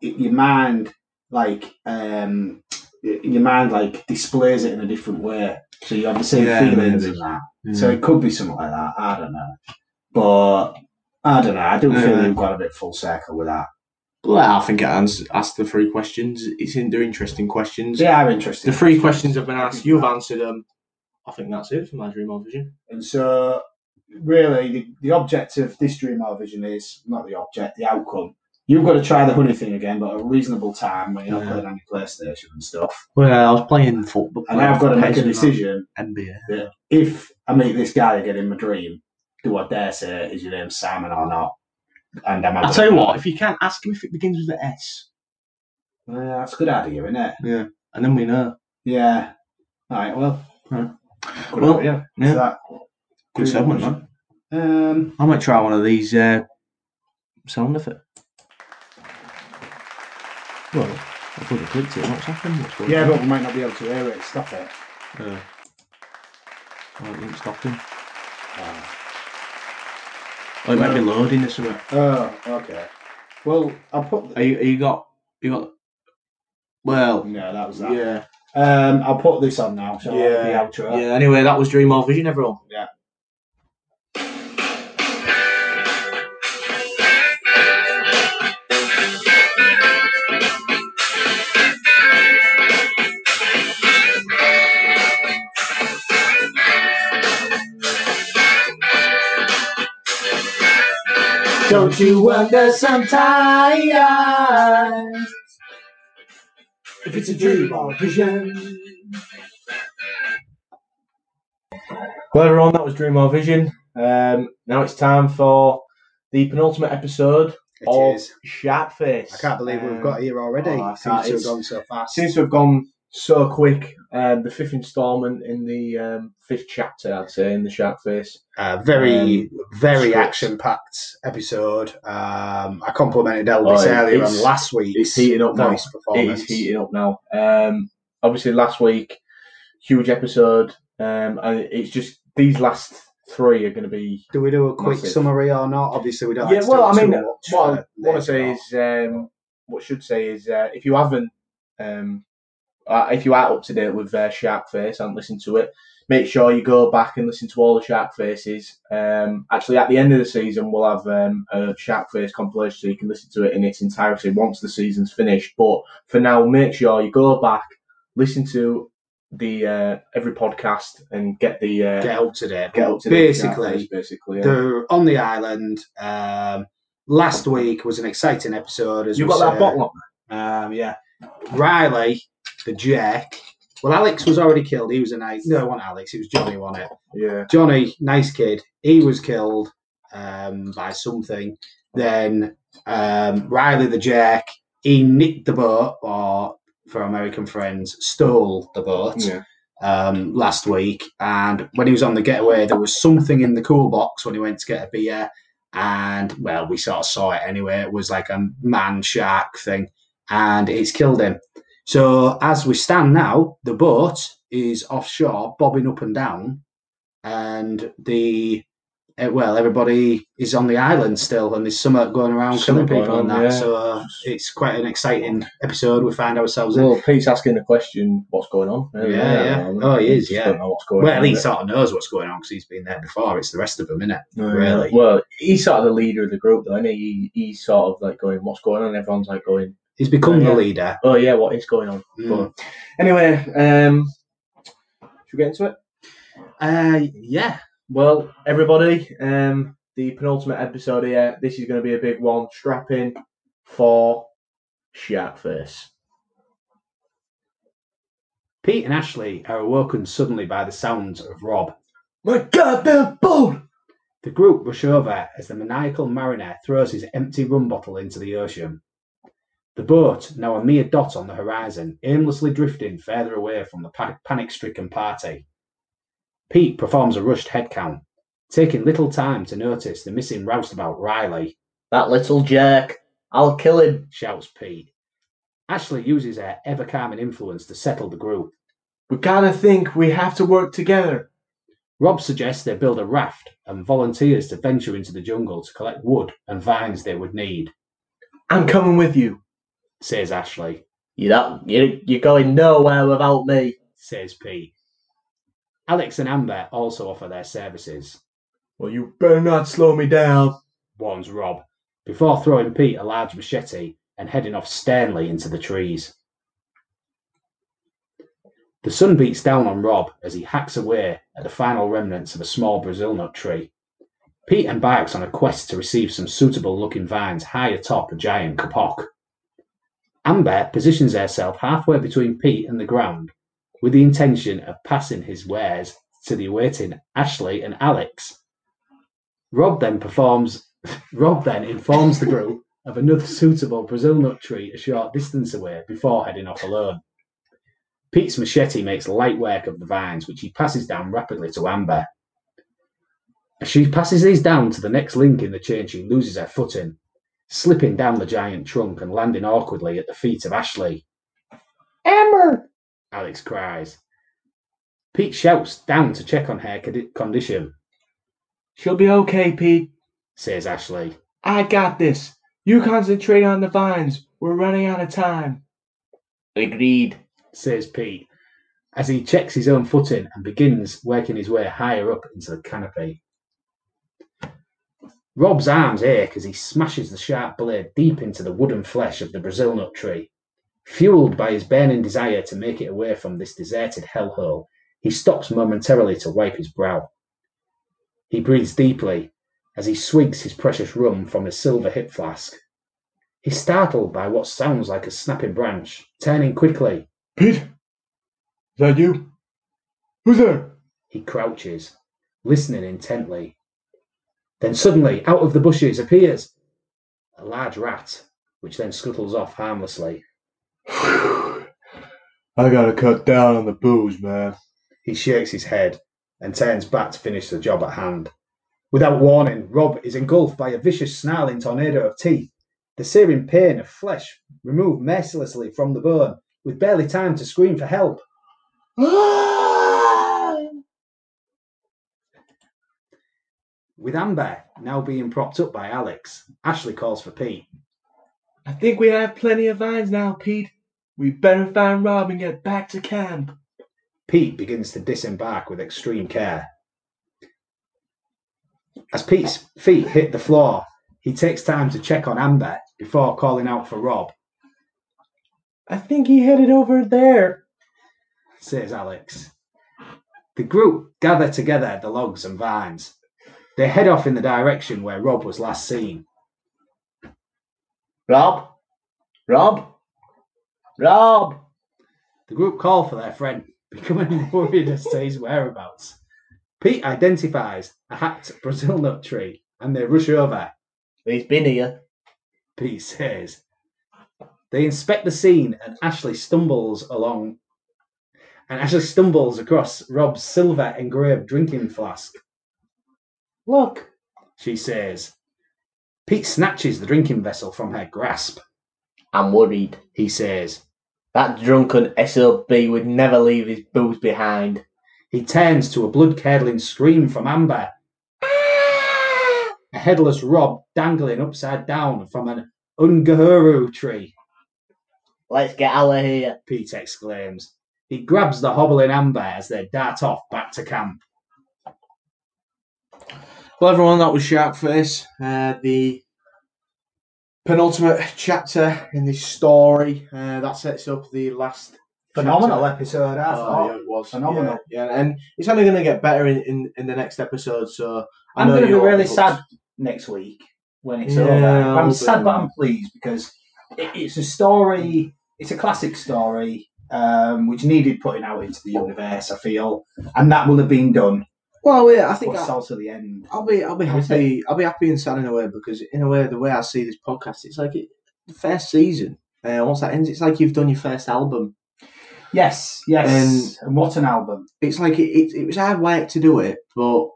Speaker 2: it, your mind, like, um, y- your mind, like, displays it in a different way. So you have the same
Speaker 1: Yeah,
Speaker 2: feelings
Speaker 1: maybe.
Speaker 2: and that.
Speaker 1: Mm.
Speaker 2: So it could be something like that. I don't know. But I don't know. I do feel
Speaker 1: Yeah.
Speaker 2: you've gone a bit full circle with that.
Speaker 1: well, I think it ans- asked the three questions. It's in they're interesting questions.
Speaker 2: They are interesting.
Speaker 1: The three questions have been asked. You've answered them. I think that's it for my dream or vision.
Speaker 2: And so, really, the, the object of this dream or vision is not the object, the outcome. You've got to try the honey thing again, but at a reasonable time when you're not
Speaker 1: Yeah.
Speaker 2: playing on your PlayStation and stuff.
Speaker 1: Well, I was playing football,
Speaker 2: And I've got to make a
Speaker 1: playing
Speaker 2: decision.
Speaker 1: NBA.
Speaker 2: If I meet this guy again in my dream, do I dare say, is your name Simon or not? And am I
Speaker 1: I'll tell you what, if you can't ask him if it begins with an S,
Speaker 2: Yeah, that's a good idea, isn't it?
Speaker 1: and then we know.
Speaker 2: Yeah. All right, well.
Speaker 1: Right.
Speaker 2: Good
Speaker 1: Well,
Speaker 2: idea.
Speaker 1: yeah.
Speaker 2: So that
Speaker 1: Good
Speaker 2: Dream
Speaker 1: segment,
Speaker 2: Vision.
Speaker 1: man.
Speaker 2: Um,
Speaker 1: I might try one of these uh, sound effects. Well, I could have clicked it. What's happened? What's going
Speaker 2: yeah,
Speaker 1: on?
Speaker 2: but we might not be able to hear it. Stop it.
Speaker 1: Uh, oh, it ain't stopping.
Speaker 2: Oh,
Speaker 1: Oh, it might be loading or something.
Speaker 2: Oh, okay. Well, I'll put.
Speaker 1: Are you, are you got you got? Well,
Speaker 2: No, that was that.
Speaker 1: yeah,
Speaker 2: Um, I'll put this on now. So
Speaker 1: Yeah,
Speaker 2: the outro.
Speaker 1: yeah. Anyway, that was Dream All Vision, everyone.
Speaker 2: Don't you wonder sometimes if it's a dream or a vision?
Speaker 1: Well, everyone, that was Dream All Vision. Um, now it's time for the penultimate episode
Speaker 2: It
Speaker 1: of
Speaker 2: is.
Speaker 1: Sharkface.
Speaker 2: I can't believe
Speaker 1: Um,
Speaker 2: we've got here already.
Speaker 1: oh, I
Speaker 2: Seems
Speaker 1: can't-
Speaker 2: to have
Speaker 1: it's-
Speaker 2: gone so fast.
Speaker 1: Since we've gone so quick, um, the fifth instalment in the um, fifth chapter, I'd say, in the Sharkface.
Speaker 2: Uh, very,
Speaker 1: Um,
Speaker 2: very
Speaker 1: script.
Speaker 2: action-packed episode. Um, I complimented Elvis
Speaker 1: Oh, it-
Speaker 2: earlier on
Speaker 1: it's-
Speaker 2: last week's
Speaker 1: it's heating up now.
Speaker 2: nice
Speaker 1: It
Speaker 2: performance.
Speaker 1: is heating up now. Um, obviously, last week, huge episode. Um, and it's just these last three are going to be.
Speaker 2: Do we do a quick
Speaker 1: Massive.
Speaker 2: summary or not? Obviously, we don't.
Speaker 1: Yeah,
Speaker 2: like to
Speaker 1: well, I
Speaker 2: do
Speaker 1: mean,
Speaker 2: too much
Speaker 1: What I
Speaker 2: for
Speaker 1: want to
Speaker 2: later
Speaker 1: say
Speaker 2: on.
Speaker 1: is, um, what I should say is, uh, if you haven't, um, uh, if you are up to date with uh, Sharkface and listen to it, make sure you go back and listen to all the Shark Faces. Um, actually, at the end of the season, we'll have um, a Shark Face compilation so you can listen to it in its entirety once the season's finished. But for now, make sure you go back, listen to the uh, every podcast, and get the uh,
Speaker 2: get up to date.
Speaker 1: get up to date with Shark Face,
Speaker 2: Basically,
Speaker 1: basically. yeah.
Speaker 2: they're on the island. Um, last week was an exciting episode. As
Speaker 1: you
Speaker 2: we
Speaker 1: got that
Speaker 2: said.
Speaker 1: bottle on?
Speaker 2: Um, yeah. Riley, the Jack. Well, Alex was already killed. He was a nice. No, it wasn't Alex. It was Johnny, wasn't it?
Speaker 1: Yeah.
Speaker 2: Johnny, nice kid. He was killed um, by something. Then um, Riley, the Jack, he nicked the boat, or for American friends, stole the boat
Speaker 1: Yeah.
Speaker 2: um, last week. And when he was on the getaway, there was something in the cool box when he went to get a beer. And well, we sort of saw it anyway. It was like a man shark thing, and it's killed him. So as we stand now, the boat is offshore, bobbing up and down, and the eh, well, everybody is on the island still, and there's summer going around
Speaker 1: Something
Speaker 2: killing people
Speaker 1: going
Speaker 2: and
Speaker 1: on,
Speaker 2: that.
Speaker 1: yeah.
Speaker 2: So uh, it's quite an exciting episode we find ourselves in.
Speaker 1: Well, Pete's asking the question, what's going on? Um,
Speaker 2: Yeah, yeah. Oh, he is, yeah.
Speaker 1: Don't know what's going
Speaker 2: Well,
Speaker 1: on,
Speaker 2: at least
Speaker 1: but-
Speaker 2: sort of knows what's going on because he's been there before. It's the rest of them, innit?
Speaker 1: No,
Speaker 2: really.
Speaker 1: yeah. Well, he's sort of the leader of the group, though, and he He- he's sort of like going, "What's going on?" Everyone's like going,
Speaker 2: He's become
Speaker 1: Yeah. Hmm.
Speaker 2: the leader.
Speaker 1: "Oh yeah, what is going on?"
Speaker 2: Mm.
Speaker 1: But anyway, um, should we get into it?
Speaker 2: Uh, yeah.
Speaker 1: Well, everybody, um, the penultimate episode here. This is going to be a big one. Strap in for Sharkface.
Speaker 2: Pete and Ashley are awoken suddenly by the sounds of Rob.
Speaker 1: My goddamn boat!
Speaker 2: The group rush over as the maniacal mariner throws his empty rum bottle into the ocean. The boat, now a mere dot on the horizon, aimlessly drifting further away from the panic stricken party. Pete performs a rushed head count, taking little time to notice the missing roustabout Riley.
Speaker 1: That little jerk! I'll kill him.
Speaker 2: shouts Pete. Ashley uses her ever calming influence to settle the group.
Speaker 1: We gotta think. We have to work together.
Speaker 2: Rob suggests they build a raft and volunteers to venture into the jungle to collect wood and vines they would need,
Speaker 1: I'm coming with you.
Speaker 2: says Ashley,
Speaker 1: You don't, you you're going nowhere without me.
Speaker 2: says Pete. Alex and Amber also offer their services,
Speaker 1: Well, you better not slow me down.
Speaker 2: warns Rob, before throwing Pete a large machete and heading off sternly into the trees. The sun beats down on Rob as he hacks away at the final remnants of a small Brazil nut tree. Pete embarks on a quest to receive some suitable looking vines high atop a giant kapok. Amber positions herself halfway between Pete and the ground with the intention of passing his wares to the awaiting Ashley and Alex. Rob then performs Rob then informs the group of another suitable Brazil nut tree a short distance away before heading off alone. Pete's machete makes light work of the vines, which he passes down rapidly to Amber. As she passes these down to the next link in the chain, she loses her footing, slipping down the giant trunk and landing awkwardly at the feet of Ashley.
Speaker 1: Amber!
Speaker 2: Alex cries. Pete shouts down to check on her condi- condition,
Speaker 1: She'll be okay, Pete.
Speaker 2: says Ashley.
Speaker 1: I got this. You concentrate on the vines. We're running out of time. Agreed.
Speaker 2: says Pete, as he checks his own footing and begins working his way higher up into the canopy. Rob's arms ache as he smashes the sharp blade deep into the wooden flesh of the Brazil nut tree. Fueled by his burning desire to make it away from this deserted hellhole, he stops momentarily to wipe his brow. He breathes deeply as he swigs his precious rum from his silver hip flask. He's startled by what sounds like a snapping branch, turning quickly
Speaker 1: Pete, is that you? Who's there?
Speaker 2: He crouches, listening intently. Then suddenly, out of the bushes appears a large rat, which then scuttles off harmlessly.
Speaker 1: I gotta cut down on the booze, man.
Speaker 2: He shakes his head and turns back to finish the job at hand. Without warning, Rob is engulfed by a vicious snarling tornado of teeth, the searing pain of flesh removed mercilessly from the bone, with barely time to scream for help. With Amber now being propped up by Alex, Ashley calls for Pete.
Speaker 1: I think we have plenty of vines now, Pete. We better find Rob and get back to camp.
Speaker 2: Pete begins to disembark with extreme care. As Pete's feet hit the floor, he takes time to check on Amber before calling out for Rob,
Speaker 1: I think he headed over there.
Speaker 2: says Alex. The group gather together at the logs and vines. They head off in the direction where Rob was last seen.
Speaker 1: Rob? Rob? Rob?
Speaker 2: The group call for their friend, becoming worried as to his whereabouts. Pete identifies a hacked Brazil nut tree and they rush over,
Speaker 1: He's been here.
Speaker 2: Pete says. They inspect the scene and Ashley stumbles along and Ashley stumbles across Rob's silver engraved drinking flask. Look, she says. Pete snatches the drinking vessel from her grasp,
Speaker 3: I'm worried.
Speaker 2: he says.
Speaker 3: That drunken SOB would never leave his booze behind.
Speaker 2: He turns to a blood curdling scream from Amber. A headless Rob dangling upside down from an Ungahuru tree.
Speaker 3: Let's get out of here.
Speaker 2: Pete exclaims. He grabs the hobbling Amber as they dart off back to camp.
Speaker 1: Well, everyone, that was Sharkface, uh, the penultimate chapter in this story. Uh, that sets up the last
Speaker 2: Phenomenal
Speaker 4: eh?
Speaker 1: episode. I
Speaker 2: thought.
Speaker 1: Oh, yeah, it was
Speaker 2: Phenomenal.
Speaker 1: Yeah, yeah, and it's only going to get better in, in, in the next episode. So I
Speaker 4: I'm
Speaker 1: know
Speaker 4: going to be
Speaker 1: you're
Speaker 4: really
Speaker 1: hooked.
Speaker 4: sad next week when it's
Speaker 1: Yeah,
Speaker 4: over.
Speaker 1: I'll
Speaker 4: I'm sad,
Speaker 1: be-
Speaker 4: but I'm pleased because it, it's a story. It's a classic story um, which needed putting out into the universe. I feel, and that will have been done.
Speaker 1: Well, yeah, I think
Speaker 4: But it's
Speaker 1: I,
Speaker 4: also the end.
Speaker 1: I'll be I'll be
Speaker 4: I would
Speaker 1: happy I'll be happy and sad in a way because in a way the way I see this podcast, it's like it, the first season. Uh, once that ends, it's like you've done your first album.
Speaker 4: Yes, yes, and, what an album!
Speaker 1: It's like it, it, it was hard work to do it, but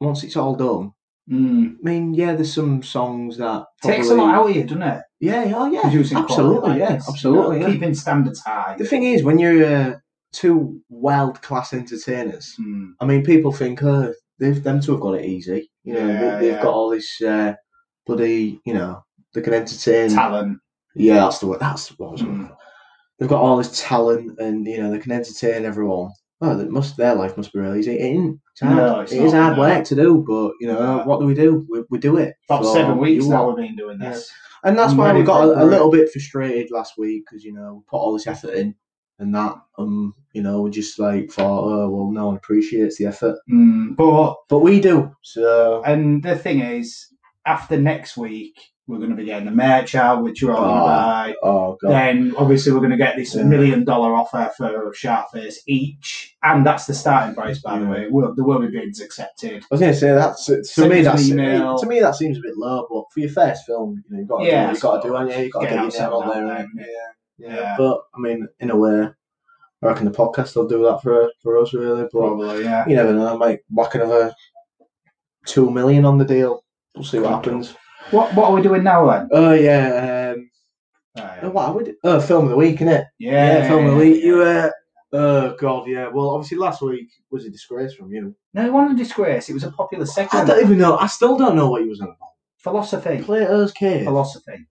Speaker 1: once it's all done,
Speaker 4: Mm.
Speaker 1: I mean, yeah, there's some songs that
Speaker 4: Takes a
Speaker 1: probably-
Speaker 4: lot out of you, doesn't it?
Speaker 1: Yeah, yeah, yeah.
Speaker 4: Producing quality
Speaker 1: absolutely,
Speaker 4: like
Speaker 1: yeah,
Speaker 4: this,
Speaker 1: absolutely.
Speaker 4: you know,
Speaker 1: yeah.
Speaker 4: keeping standards high.
Speaker 1: The thing is, when you're uh, two world class entertainers,
Speaker 4: Mm.
Speaker 1: I mean, people think, oh, they've them two have got it easy. You know,
Speaker 4: Yeah,
Speaker 1: they, they've
Speaker 4: yeah.
Speaker 1: got all this uh, bloody, you know, they can entertain.
Speaker 4: Talent.
Speaker 1: Yeah, that's the word. That's what I was looking
Speaker 4: Mm.
Speaker 1: for. They've got all this talent, and you know, they can entertain everyone. Oh, that must their life must be really easy. It isn't. It's hard.
Speaker 4: No, it's
Speaker 1: It is
Speaker 4: not,
Speaker 1: hard
Speaker 4: no.
Speaker 1: work to do, but you know,
Speaker 4: Yeah.
Speaker 1: what do we do? We, we do it.
Speaker 4: About
Speaker 1: So,
Speaker 4: seven weeks
Speaker 1: you
Speaker 4: now
Speaker 1: lot-
Speaker 4: we've been doing this.
Speaker 1: and that's
Speaker 4: I'm
Speaker 1: why we
Speaker 4: ready
Speaker 1: got
Speaker 4: for
Speaker 1: a, a
Speaker 4: it.
Speaker 1: little bit frustrated last week because you know we put all this effort in and that um you know we just like thought oh well no one appreciates the effort
Speaker 4: Mm. But
Speaker 1: but we do so
Speaker 4: And the thing is, after next week, we're going to be getting the merch out, which you're all going to
Speaker 1: Oh,
Speaker 4: buy.
Speaker 1: oh god
Speaker 4: Then, obviously, we're going to get this
Speaker 1: Yeah.
Speaker 4: million dollar offer for Sharkface each. And that's the starting price, by the
Speaker 1: Yeah.
Speaker 4: way. Will, there will be bids accepted.
Speaker 1: I was gonna say that's to
Speaker 4: Send
Speaker 1: me
Speaker 4: us an
Speaker 1: that's
Speaker 4: email.
Speaker 1: to me that seems a bit low, but for your first film, you know, you've got to
Speaker 4: Yeah,
Speaker 1: do what you got to do, and yeah, you've got to
Speaker 4: get
Speaker 1: get, your
Speaker 4: ourselves
Speaker 1: name on
Speaker 4: out
Speaker 1: there.
Speaker 4: there,
Speaker 1: and-
Speaker 4: yeah.
Speaker 1: yeah.
Speaker 4: Yeah.
Speaker 1: but I mean, in a way, I reckon the podcast will do that for for us really. But
Speaker 4: Probably, yeah.
Speaker 1: you never know, I might whack another two million on the deal. We'll see what happens.
Speaker 4: What What are we doing now then?
Speaker 1: Oh yeah, um,
Speaker 4: Uh,
Speaker 1: oh, what I would oh film of the week, innit?
Speaker 4: yeah,
Speaker 1: film of the week. You uh, oh god, yeah. Well, obviously last week was a disgrace from you.
Speaker 4: No, it wasn't a disgrace. It was a popular
Speaker 1: I
Speaker 4: second.
Speaker 1: don't even know. I still don't know what he was on about.
Speaker 4: Philosophy.
Speaker 1: Plato's cave.
Speaker 4: Philosophy.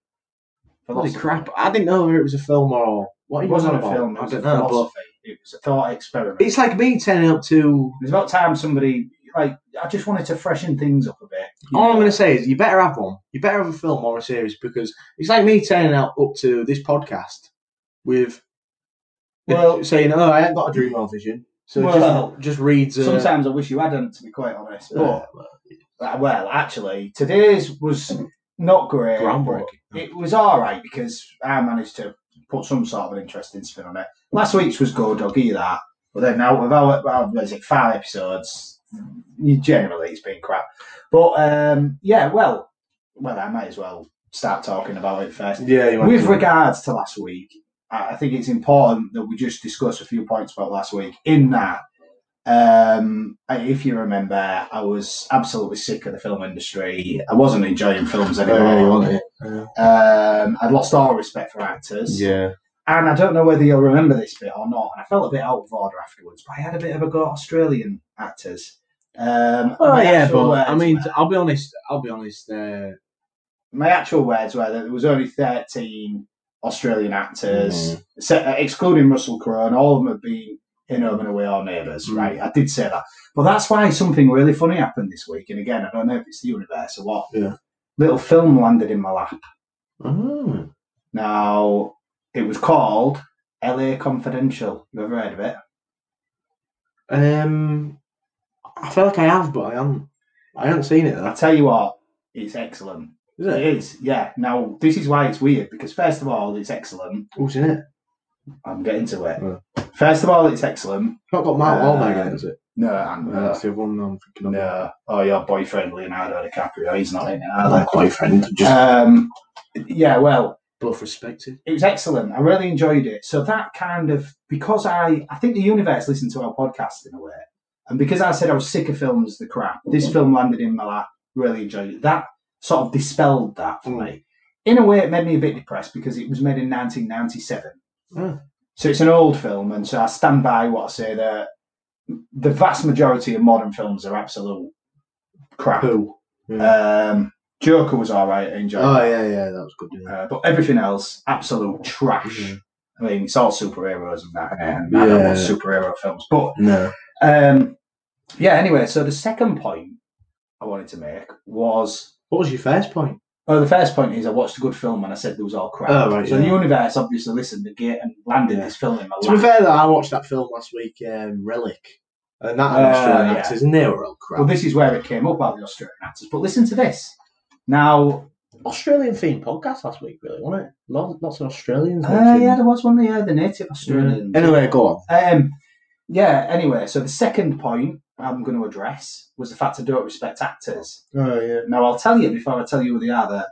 Speaker 1: Holy crap! I didn't know whether it was a film or what.
Speaker 2: It
Speaker 1: you on
Speaker 2: wasn't a
Speaker 1: about.
Speaker 2: film. It
Speaker 1: I
Speaker 2: was a
Speaker 1: don't know, but
Speaker 2: philosophy. It was a thought experiment.
Speaker 1: it's like me turning up to.
Speaker 2: It's about time somebody like I just wanted to freshen things up a bit.
Speaker 1: All I'm going to say is, you better have one. You better have a film or a series because it's like me turning up up to this podcast with
Speaker 2: Well-
Speaker 1: saying, "Oh, I haven't got a dream or vision." So
Speaker 2: Well,
Speaker 1: just, just reads. Uh,
Speaker 2: Sometimes I wish you hadn't, to be quite honest.
Speaker 1: uh,
Speaker 2: But uh, well, actually, today's was not great.
Speaker 1: groundbreaking.
Speaker 2: but It was all right because I managed to put some sort of an interesting spin on it. Last week's was good. I'll give you that. But then out of our, our what is it five episodes, you- generally it's been crap. But um, yeah, well, well, I might as well start talking about it first.
Speaker 1: Yeah, you might
Speaker 2: With
Speaker 1: be right.
Speaker 2: regards to last week, I I think it's important that we just discuss a few points about last week. In that, um, I- if you remember, I was absolutely sick of the film industry. I wasn't enjoying films
Speaker 1: Yeah, you
Speaker 2: anymore.
Speaker 1: want it.
Speaker 2: um, I'd lost all respect for actors.
Speaker 1: Yeah,
Speaker 2: And I don't know whether you'll remember this bit or not. And I felt a bit out of order afterwards, but I had a bit of a go at Australian actors. Um,
Speaker 1: oh
Speaker 2: my
Speaker 1: yeah,
Speaker 2: actual
Speaker 1: but
Speaker 2: words
Speaker 1: I mean,
Speaker 2: were-
Speaker 1: I'll be honest. I'll be honest. Uh,
Speaker 2: my actual words were that there was only 13 Australian actors,
Speaker 1: Mm.
Speaker 2: se- uh, excluding Russell Crowe, and all of them had been in Home and Away or Neighbours,
Speaker 1: Mm.
Speaker 2: right? I did say that. But that's why something really funny happened this week. And again, I don't know if it's the universe or what.
Speaker 1: Yeah.
Speaker 2: Little film landed in my lap.
Speaker 1: mm,
Speaker 2: Now, it was called LA Confidential. You ever heard of it?
Speaker 1: um, I feel like I have, but I haven't. I haven't seen it.
Speaker 2: I'll
Speaker 1: Though.
Speaker 2: tell you what, it's excellent.
Speaker 1: Is
Speaker 2: It
Speaker 1: it?
Speaker 2: is, yeah. Now, this is why it's weird because, first of all, it's excellent.
Speaker 1: Who's in it?
Speaker 2: I'm getting to it. First of all, it's excellent.
Speaker 1: Not got Mark
Speaker 2: Uh,
Speaker 1: Wahlberg in it, is it?
Speaker 2: No, and
Speaker 1: Uh, No, that's the other one I'm thinking of.
Speaker 2: no. Oh, your boyfriend Leonardo DiCaprio, he's not in it.
Speaker 1: I
Speaker 2: Either.
Speaker 1: like boyfriend. Just
Speaker 2: Um, yeah, well,
Speaker 1: both respected.
Speaker 2: it was excellent. I really enjoyed it. So that kind of because I, I think the universe listened to our podcast in a way, and because I said I was sick of films, the crap.
Speaker 1: Mm.
Speaker 2: This film landed in my lap. Really enjoyed it. That sort of dispelled
Speaker 1: Mm.
Speaker 2: that for me. In a way, it made me a bit depressed because it was made in 1997.
Speaker 1: Mm.
Speaker 2: So it's an old film, and so I stand by what I say that the vast majority of modern films are absolute crap.
Speaker 1: Who?
Speaker 2: Um, Joker was all right, I enjoyed
Speaker 1: Oh
Speaker 2: it.
Speaker 1: yeah, yeah, that was good. Yeah.
Speaker 2: Uh, but everything else, absolute trash.
Speaker 1: Mhm.
Speaker 2: I mean, it's all superheroes and that, and I don't want
Speaker 1: Yeah.
Speaker 2: superhero films. But
Speaker 1: No.
Speaker 2: um, yeah, anyway, so the second point I wanted to make was
Speaker 1: What was your first point?
Speaker 2: well, the first point is I watched a good film and I said there was all crap.
Speaker 1: Oh, right,
Speaker 2: so
Speaker 1: yeah.
Speaker 2: the universe obviously listened to Gate and landed
Speaker 1: Yeah.
Speaker 2: this film in my
Speaker 1: To be
Speaker 2: lap.
Speaker 1: fair, though, I watched that film last week, um, Relic, and that had
Speaker 2: Uh,
Speaker 1: Australian
Speaker 2: yeah.
Speaker 1: actors, and they were all crap.
Speaker 2: Well, this is where it came up about the Australian actors. But listen to this. Now,
Speaker 1: Australian themed podcast last week, really, wasn't it? Lots, lots of Australians.
Speaker 2: uh,
Speaker 1: mentioned.
Speaker 2: yeah, there was one there, the native Australians.
Speaker 1: Mm. Anyway, go on.
Speaker 2: Um, yeah, anyway, so the second point I'm going to address was the fact I don't respect actors.
Speaker 1: Oh yeah.
Speaker 2: Now, I'll tell you before I tell you who they are that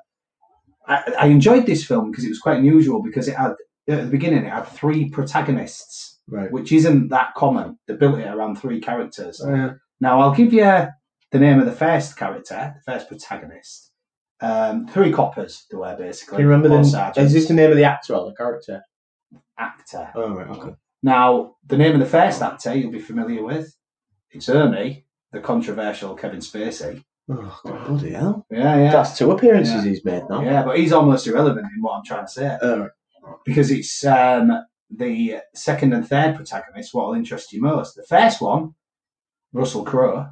Speaker 2: I, I enjoyed this film because it was quite unusual because it had, at the beginning, it had three protagonists,
Speaker 1: Right.
Speaker 2: which isn't that common. They built it around three characters.
Speaker 1: Oh, yeah.
Speaker 2: Now, I'll give you the name of the first character, the first protagonist. Um, three coppers, they were basically.
Speaker 1: Can you remember
Speaker 2: Or
Speaker 1: the?
Speaker 2: sergeants.
Speaker 1: Is this the name of the actor or the character?
Speaker 2: actor?
Speaker 1: Oh right, okay.
Speaker 2: Now, the name of the first actor you'll be familiar with, it's Ernie, the controversial Kevin Spacey.
Speaker 1: Oh God, bloody hell!
Speaker 2: Yeah, yeah.
Speaker 1: That's two appearances he's made now.
Speaker 2: yeah, but he's almost irrelevant in what I'm trying to say
Speaker 1: Oh,
Speaker 2: because it's um, the second and third protagonists what will interest you most. The first one, Russell Crowe,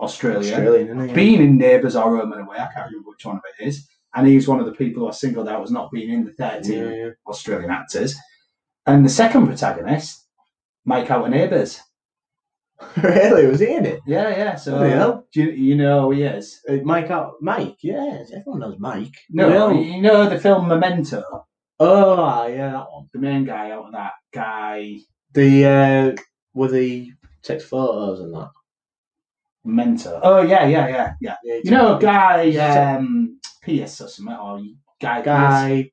Speaker 2: Australia,
Speaker 1: Australian, isn't he?
Speaker 2: being in Neighbours or Roman Away, I can't remember which one of it is, and he's one of the people who are singled out as not being in the 13
Speaker 1: Yeah, yeah.
Speaker 2: Australian actors. And the second protagonist, Mike Out of Neighbours.
Speaker 1: really? Was he in it?
Speaker 2: Yeah, Oh, yeah. So
Speaker 1: Bloody hell.
Speaker 2: do you, you know who he is?
Speaker 1: Uh, Mike out. Mike, yes. Everyone knows Mike.
Speaker 2: No,
Speaker 1: Well,
Speaker 2: you know the film Memento,
Speaker 1: Oh, ah, yeah, that one.
Speaker 2: the main guy out of that guy
Speaker 1: The uh, where he takes photos and that.
Speaker 2: Memento. Oh yeah, yeah, yeah, yeah.
Speaker 1: Yeah,
Speaker 2: You know
Speaker 1: guy,
Speaker 2: guy um, Pierce or something or guy Pearce.
Speaker 1: guy,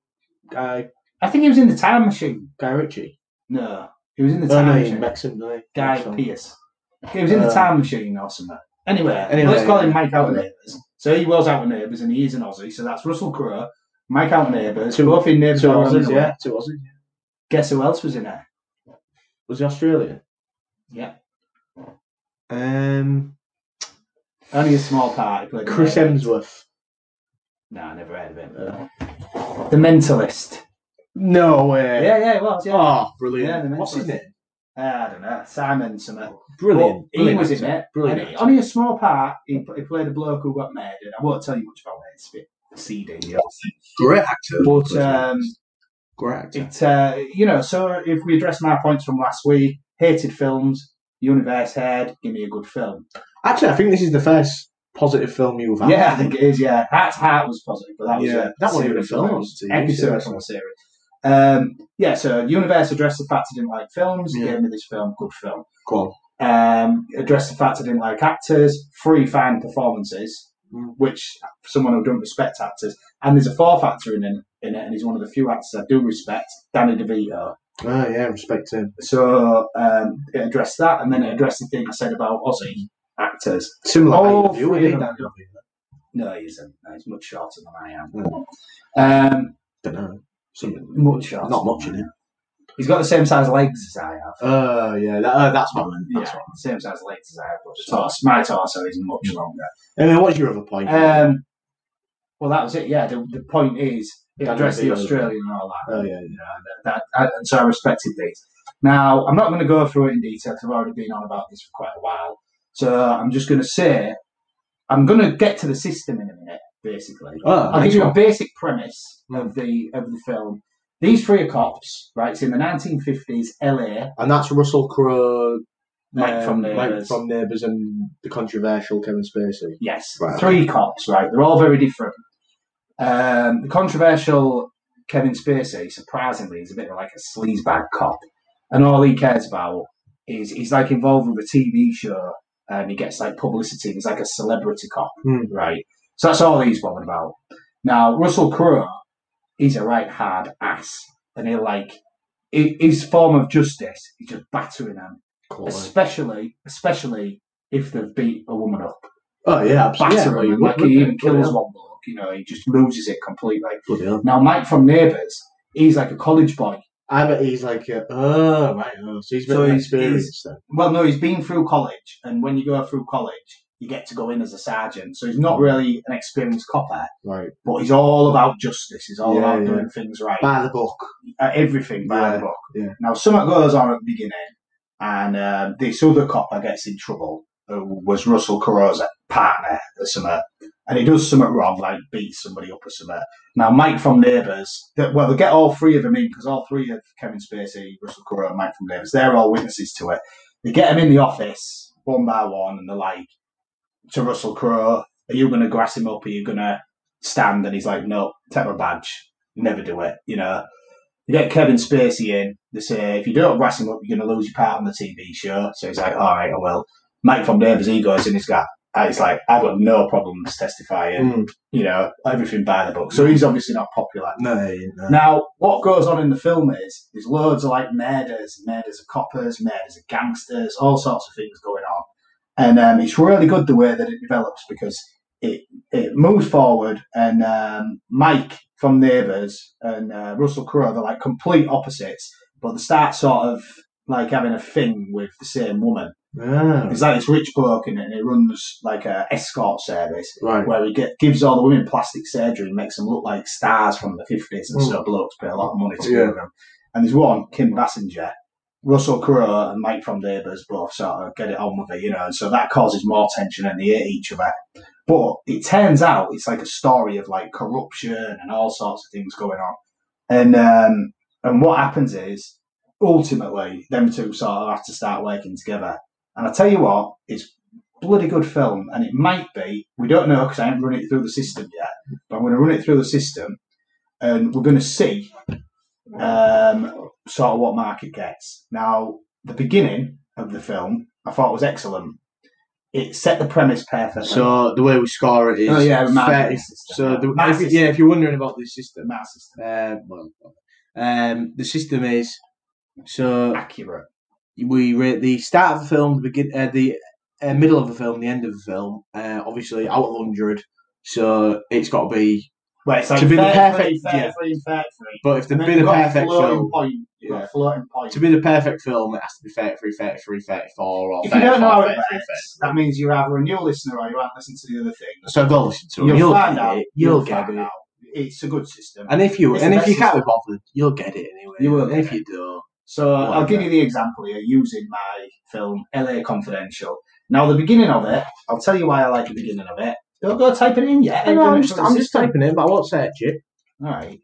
Speaker 1: guy,
Speaker 2: I think he was in the Time Machine.
Speaker 1: guy Ritchie.
Speaker 2: No, he was in the
Speaker 1: Oh
Speaker 2: Time
Speaker 1: no, he's
Speaker 2: Machine.
Speaker 1: Mexican. No, he-
Speaker 2: guy
Speaker 1: Mexican.
Speaker 2: Pierce. He was in the
Speaker 1: Uh,
Speaker 2: Time Machine or something. Anyway,
Speaker 1: Anyway,
Speaker 2: let's call him
Speaker 1: yeah.
Speaker 2: Mike Out of Neighbours. So he was Out of Neighbours and he is an Aussie. So that's Russell Crowe, Mike Out of Neighbours,
Speaker 1: Two-
Speaker 2: both in Neighbours.
Speaker 1: Two
Speaker 2: or Roman
Speaker 1: Aussies,
Speaker 2: Away.
Speaker 1: yeah. Two Aussies.
Speaker 2: Guess who else was in it?
Speaker 1: Was he Australian?
Speaker 2: Yeah.
Speaker 1: Um,
Speaker 2: Only a small part. he played in
Speaker 1: Chris
Speaker 2: Neighbours.
Speaker 1: Hemsworth.
Speaker 2: No, I never heard of him.
Speaker 1: Uh,
Speaker 2: The Mentalist.
Speaker 1: No way.
Speaker 2: Yeah, yeah, it was. Yeah.
Speaker 1: Oh,
Speaker 2: Yeah,
Speaker 1: brilliant.
Speaker 2: the
Speaker 1: What's his
Speaker 2: Mentalist.
Speaker 1: name? Oh.
Speaker 2: Uh, I don't know. Simon something.
Speaker 1: Brilliant.
Speaker 2: But he was in
Speaker 1: actor.
Speaker 2: it.
Speaker 1: Brilliant.
Speaker 2: And he-
Speaker 1: actor.
Speaker 2: only a small part. He, he played a bloke who got murdered. I won't tell you much about it. It's a bit CD. you know.
Speaker 1: Great actor.
Speaker 2: But um,
Speaker 1: Great actor.
Speaker 2: it, uh, you know, so if we address my points from last week, hated films, Universe Head, give me a good film.
Speaker 1: Actually, I think this is the first positive film you've had.
Speaker 2: Yeah, I think it is. Yeah, Heart's Heart was positive, but that was
Speaker 1: Yeah,
Speaker 2: a
Speaker 1: that wasn't even a
Speaker 2: series,
Speaker 1: film,
Speaker 2: wasn't
Speaker 1: that
Speaker 2: it?
Speaker 1: was a TV
Speaker 2: episode
Speaker 1: series.
Speaker 2: from a series. Um, yeah, so Universe addressed the fact I didn't like films,
Speaker 1: Yeah.
Speaker 2: gave me this film, good film.
Speaker 1: Go on.
Speaker 2: Um, addressed the fact I didn't like actors, three fine performances,
Speaker 1: Mm.
Speaker 2: which for someone who don't respect actors, and there's a fourth actor in it, in it, and he's one of the few actors I do respect, Danny DeVito.
Speaker 1: Ah, yeah, respect him.
Speaker 2: So um, it addressed that, and then it addressed the thing I said about Aussie actors.
Speaker 1: Similar.
Speaker 2: Oh,
Speaker 1: idea,
Speaker 2: free
Speaker 1: isn't it?
Speaker 2: that. No, he isn't. No, he's much shorter than I am.
Speaker 1: Mm.
Speaker 2: Um,
Speaker 1: Don't know. Something.
Speaker 2: much shorter.
Speaker 1: Not
Speaker 2: than
Speaker 1: much
Speaker 2: I
Speaker 1: in
Speaker 2: am.
Speaker 1: it.
Speaker 2: He's got the same size legs as I have.
Speaker 1: Oh, yeah. That, uh, that's what I meant.
Speaker 2: yeah,
Speaker 1: That's what
Speaker 2: same size legs as I have, but the torso, my torso is much longer.
Speaker 1: I meant. Anyway, what's your other point?
Speaker 2: Um, well, that was it. Yeah, the, the point is it
Speaker 1: That
Speaker 2: addressed
Speaker 1: would be
Speaker 2: the
Speaker 1: over.
Speaker 2: Australian and all that.
Speaker 1: oh, yeah.
Speaker 2: you know, and that, that, and so I respected these. Now, I'm not going to go through it in detail 'cause I've already been on about this for quite a while. So I'm just going to say, I'm going to get to the system in a minute, basically.
Speaker 1: Oh,
Speaker 2: I'll give
Speaker 1: nice
Speaker 2: you a
Speaker 1: one.
Speaker 2: basic premise
Speaker 1: Hmm.
Speaker 2: of the of the film. These three are cops, right? It's in the 1950s LA.
Speaker 1: And that's Russell Crowe,
Speaker 2: Mike
Speaker 1: um,
Speaker 2: from
Speaker 1: Mike
Speaker 2: Neighbours.
Speaker 1: from Neighbours, and the controversial Kevin Spacey.
Speaker 2: Yes,
Speaker 1: Right.
Speaker 2: three cops, right? They're all very different. Um, the controversial Kevin Spacey, surprisingly, is a bit of like a sleazebag cop, and all he cares about is he's like involved with a TV show, and he gets like publicity. He's like a celebrity cop,
Speaker 1: Hmm.
Speaker 2: right? So that's all he's bothered about. Now Russell Crowe, he's a right hard ass, and he like hi- his form of justice is just battering them, especially especially if they've beat a woman up
Speaker 1: Oh, yeah, absolutely.
Speaker 2: batter
Speaker 1: Yeah,
Speaker 2: him.
Speaker 1: well,
Speaker 2: Like he even
Speaker 1: bloody
Speaker 2: kills
Speaker 1: hell.
Speaker 2: one bloke. You know, he just loses it completely.
Speaker 1: Bloody hell.
Speaker 2: Now Mike from Neighbours, he's like a college boy.
Speaker 1: I bet he's like, uh, oh, right. Oh, so he's been
Speaker 2: So
Speaker 1: an
Speaker 2: he's-
Speaker 1: experienced then.
Speaker 2: Well, no, he's been through college, and when you go through college, you get to go in as a sergeant. So he's not really an experienced copper,
Speaker 1: Right.
Speaker 2: but he's all about justice. He's all
Speaker 1: Yeah,
Speaker 2: about
Speaker 1: yeah.
Speaker 2: doing things right.
Speaker 1: By the book.
Speaker 2: at everything by
Speaker 1: Yeah,
Speaker 2: the book.
Speaker 1: yeah.
Speaker 2: Now, something goes on at the beginning, and um, this other copper gets in trouble, who was Russell Crowe's partner or something, and he does something wrong, like beats somebody up or something. Now, Mike from Neighbours, that well, they get all three of them in because all three of Kevin Spacey, Russell Crowe, and Mike from Neighbours, they're all witnesses to it. They get him in the office one by one, and they're like to Russell Crowe, "Are you going to grass him up? Are you going to stand?" And he's like, "No, take my badge." Never do it, you know. You get Kevin Spacey in. They say, if you don't grass him up, you're going to lose your part on the TV show. So he's like, all right, I will. Mike from Davis, he goes in, he's got, and he's like, I've got no problems testifying,
Speaker 1: Mm.
Speaker 2: you know, everything by the book. So he's obviously not popular.
Speaker 1: No, he ain't, no.
Speaker 2: Now, what goes on in the film is there's loads of like murders, murders of coppers, murders of gangsters, all sorts of things going on, and um, it's really good the way that it develops because it it moves forward. And um, Mike from Neighbours and uh, Russell Crowe they're like complete opposites, but they start sort of like having a thing with the same woman.
Speaker 1: Ah,
Speaker 2: It's like this rich bloke in it, and he runs like a escort service
Speaker 1: right.
Speaker 2: where he get, gives all the women plastic surgery and makes them look like stars from the 50s and
Speaker 1: Mm.
Speaker 2: so blokes pay a lot of money to
Speaker 1: Yeah.
Speaker 2: do them. And there's one, Kim Bassinger, Russell Crowe and Mike from Neighbours both sort of get it on with it, you know, and so that causes more tension and they hate each other. But it turns out it's like a story of like corruption and all sorts of things going on. And um, and what happens is ultimately them two sort of have to start working together. And I tell you what, it's bloody good film, and it might be. We don't know because I haven't run it through the system yet, but I'm going to run it through the system, and we're going to see um, sort of what market gets. Now, the beginning of the film I thought was excellent. It set the premise perfectly.
Speaker 1: So the way we score it is
Speaker 2: oh yeah,
Speaker 1: fair-
Speaker 2: market system.
Speaker 1: So the,
Speaker 2: Market
Speaker 1: if, you- yeah, if you're wondering about this system,
Speaker 2: Market system.
Speaker 1: uh, well, um, the system is so
Speaker 2: accurate.
Speaker 1: we rate the start of the film, the begin, uh, the uh, middle of the film, the end of the film. Uh, obviously, out of hundred, so it's got to be.
Speaker 2: Well, it's like
Speaker 1: To be the perfect-
Speaker 2: 33,
Speaker 1: yeah.
Speaker 2: 33, 33.
Speaker 1: But if there's
Speaker 2: And then
Speaker 1: been
Speaker 2: you've
Speaker 1: a
Speaker 2: got
Speaker 1: perfect
Speaker 2: floating
Speaker 1: film,
Speaker 2: point. You've got
Speaker 1: Yeah.
Speaker 2: floating point.
Speaker 1: to be the perfect film, it has to be 33, 33, 34, or
Speaker 2: if you don't
Speaker 1: 34,
Speaker 2: know how it
Speaker 1: 33,
Speaker 2: works, that means you're either a new listener or you haven't listened to the other thing.
Speaker 1: So go listen to it.
Speaker 2: You'll,
Speaker 1: You'll,
Speaker 2: find
Speaker 1: get
Speaker 2: out.
Speaker 1: it. You'll,
Speaker 2: find
Speaker 1: get it.
Speaker 2: out. it's a good system.
Speaker 1: And if you
Speaker 2: It's
Speaker 1: and
Speaker 2: the
Speaker 1: if you
Speaker 2: best
Speaker 1: can't be bothered, you'll get it anyway.
Speaker 2: You will
Speaker 1: And if you do,
Speaker 2: So
Speaker 1: Well,
Speaker 2: I'll give
Speaker 1: yeah.
Speaker 2: you the example here using my film LA Confidential. Now the beginning of it, I'll tell you why I like the beginning of it. Don't go typing it in yet.
Speaker 1: I know,
Speaker 2: Don't
Speaker 1: I'm
Speaker 2: do it
Speaker 1: just
Speaker 2: for the
Speaker 1: I'm just
Speaker 2: system.
Speaker 1: typing in, but I won't search it.
Speaker 2: All right.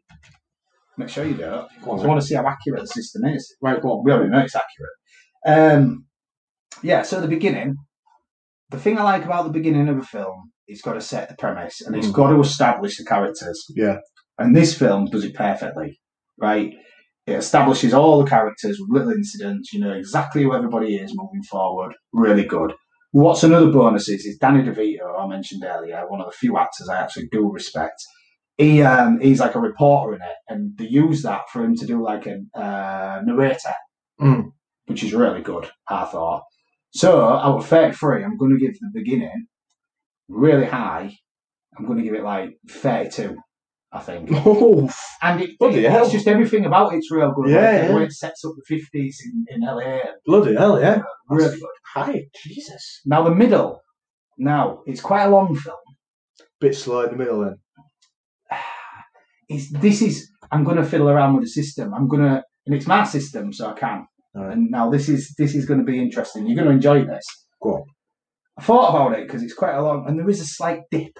Speaker 2: Make sure you do it.
Speaker 1: Go on,
Speaker 2: I want to see how accurate the system is.
Speaker 1: Right, go on.
Speaker 2: We already know it's accurate. Um, yeah, so the beginning, the thing I like about the beginning of a film, it's got to set the premise and it's
Speaker 1: Mm.
Speaker 2: got to establish the characters.
Speaker 1: Yeah.
Speaker 2: And this film does it perfectly, right? It establishes all the characters with little incidents, you know exactly who everybody is moving forward. Really good. What's another bonus is, is Danny DeVito, I mentioned earlier, one of the few actors I actually do respect. He um, he's like a reporter in it, and they use that for him to do like a uh, narrator,
Speaker 1: Mm.
Speaker 2: which is really good. I thought. So out of thirty-three, I'm going to give the beginning really high. I'm going to give it like thirty-two, I think.
Speaker 1: Oof.
Speaker 2: And it,
Speaker 1: Bloody
Speaker 2: it-
Speaker 1: hell.
Speaker 2: it's just everything about it's real good.
Speaker 1: Yeah,
Speaker 2: like, the
Speaker 1: yeah.
Speaker 2: way it sets up the 50s in, in LA.
Speaker 1: Bloody hell, yeah.
Speaker 2: Really good.
Speaker 1: Hi, Jesus.
Speaker 2: Now, the middle. Now, it's quite a long film.
Speaker 1: Bit slow in the middle then.
Speaker 2: It's, this is, I'm going to fiddle around with the system. I'm going to, and it's my system, so I can.
Speaker 1: Alright.
Speaker 2: And now this is this is going to be interesting. You're going to enjoy this.
Speaker 1: Go on.
Speaker 2: I thought about it because it's quite a long, and there is a slight dip,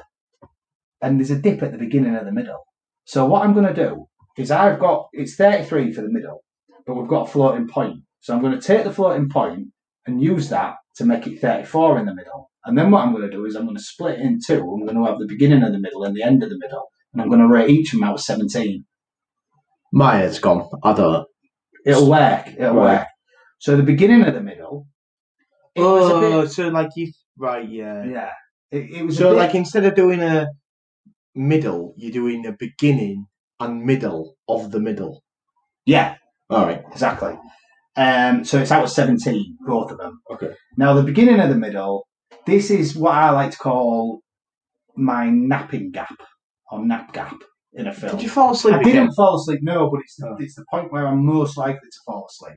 Speaker 2: and there's a dip at the beginning and the middle. So what I'm going to do is I've got it's 33 for the middle, but we've got a floating point. So I'm going to take the floating point and use that to make it 34 in the middle. And then what I'm going to do is I'm going to split it in two. I'm going to have the beginning of the middle and the end of the middle, and I'm going to rate each of them out of 17.
Speaker 1: My head's gone. I don't.
Speaker 2: It'll work. It'll
Speaker 1: Right.
Speaker 2: work. So the beginning of the middle. It was a
Speaker 1: Oh, so like you right, yeah.
Speaker 2: bit, yeah. It, it was a
Speaker 1: So
Speaker 2: bit-
Speaker 1: like instead of doing a middle, you're doing a beginning and middle of the middle.
Speaker 2: yeah.
Speaker 1: All right.
Speaker 2: Exactly. Um, so it's out of 17, both of them.
Speaker 1: Okay.
Speaker 2: Now, the beginning of the middle, this is what I like to call my napping gap or nap gap in a film.
Speaker 1: Did you fall asleep
Speaker 2: I
Speaker 1: again?
Speaker 2: didn't fall asleep, no, but it's the,
Speaker 1: Oh.
Speaker 2: it's the point where I'm most likely to fall asleep.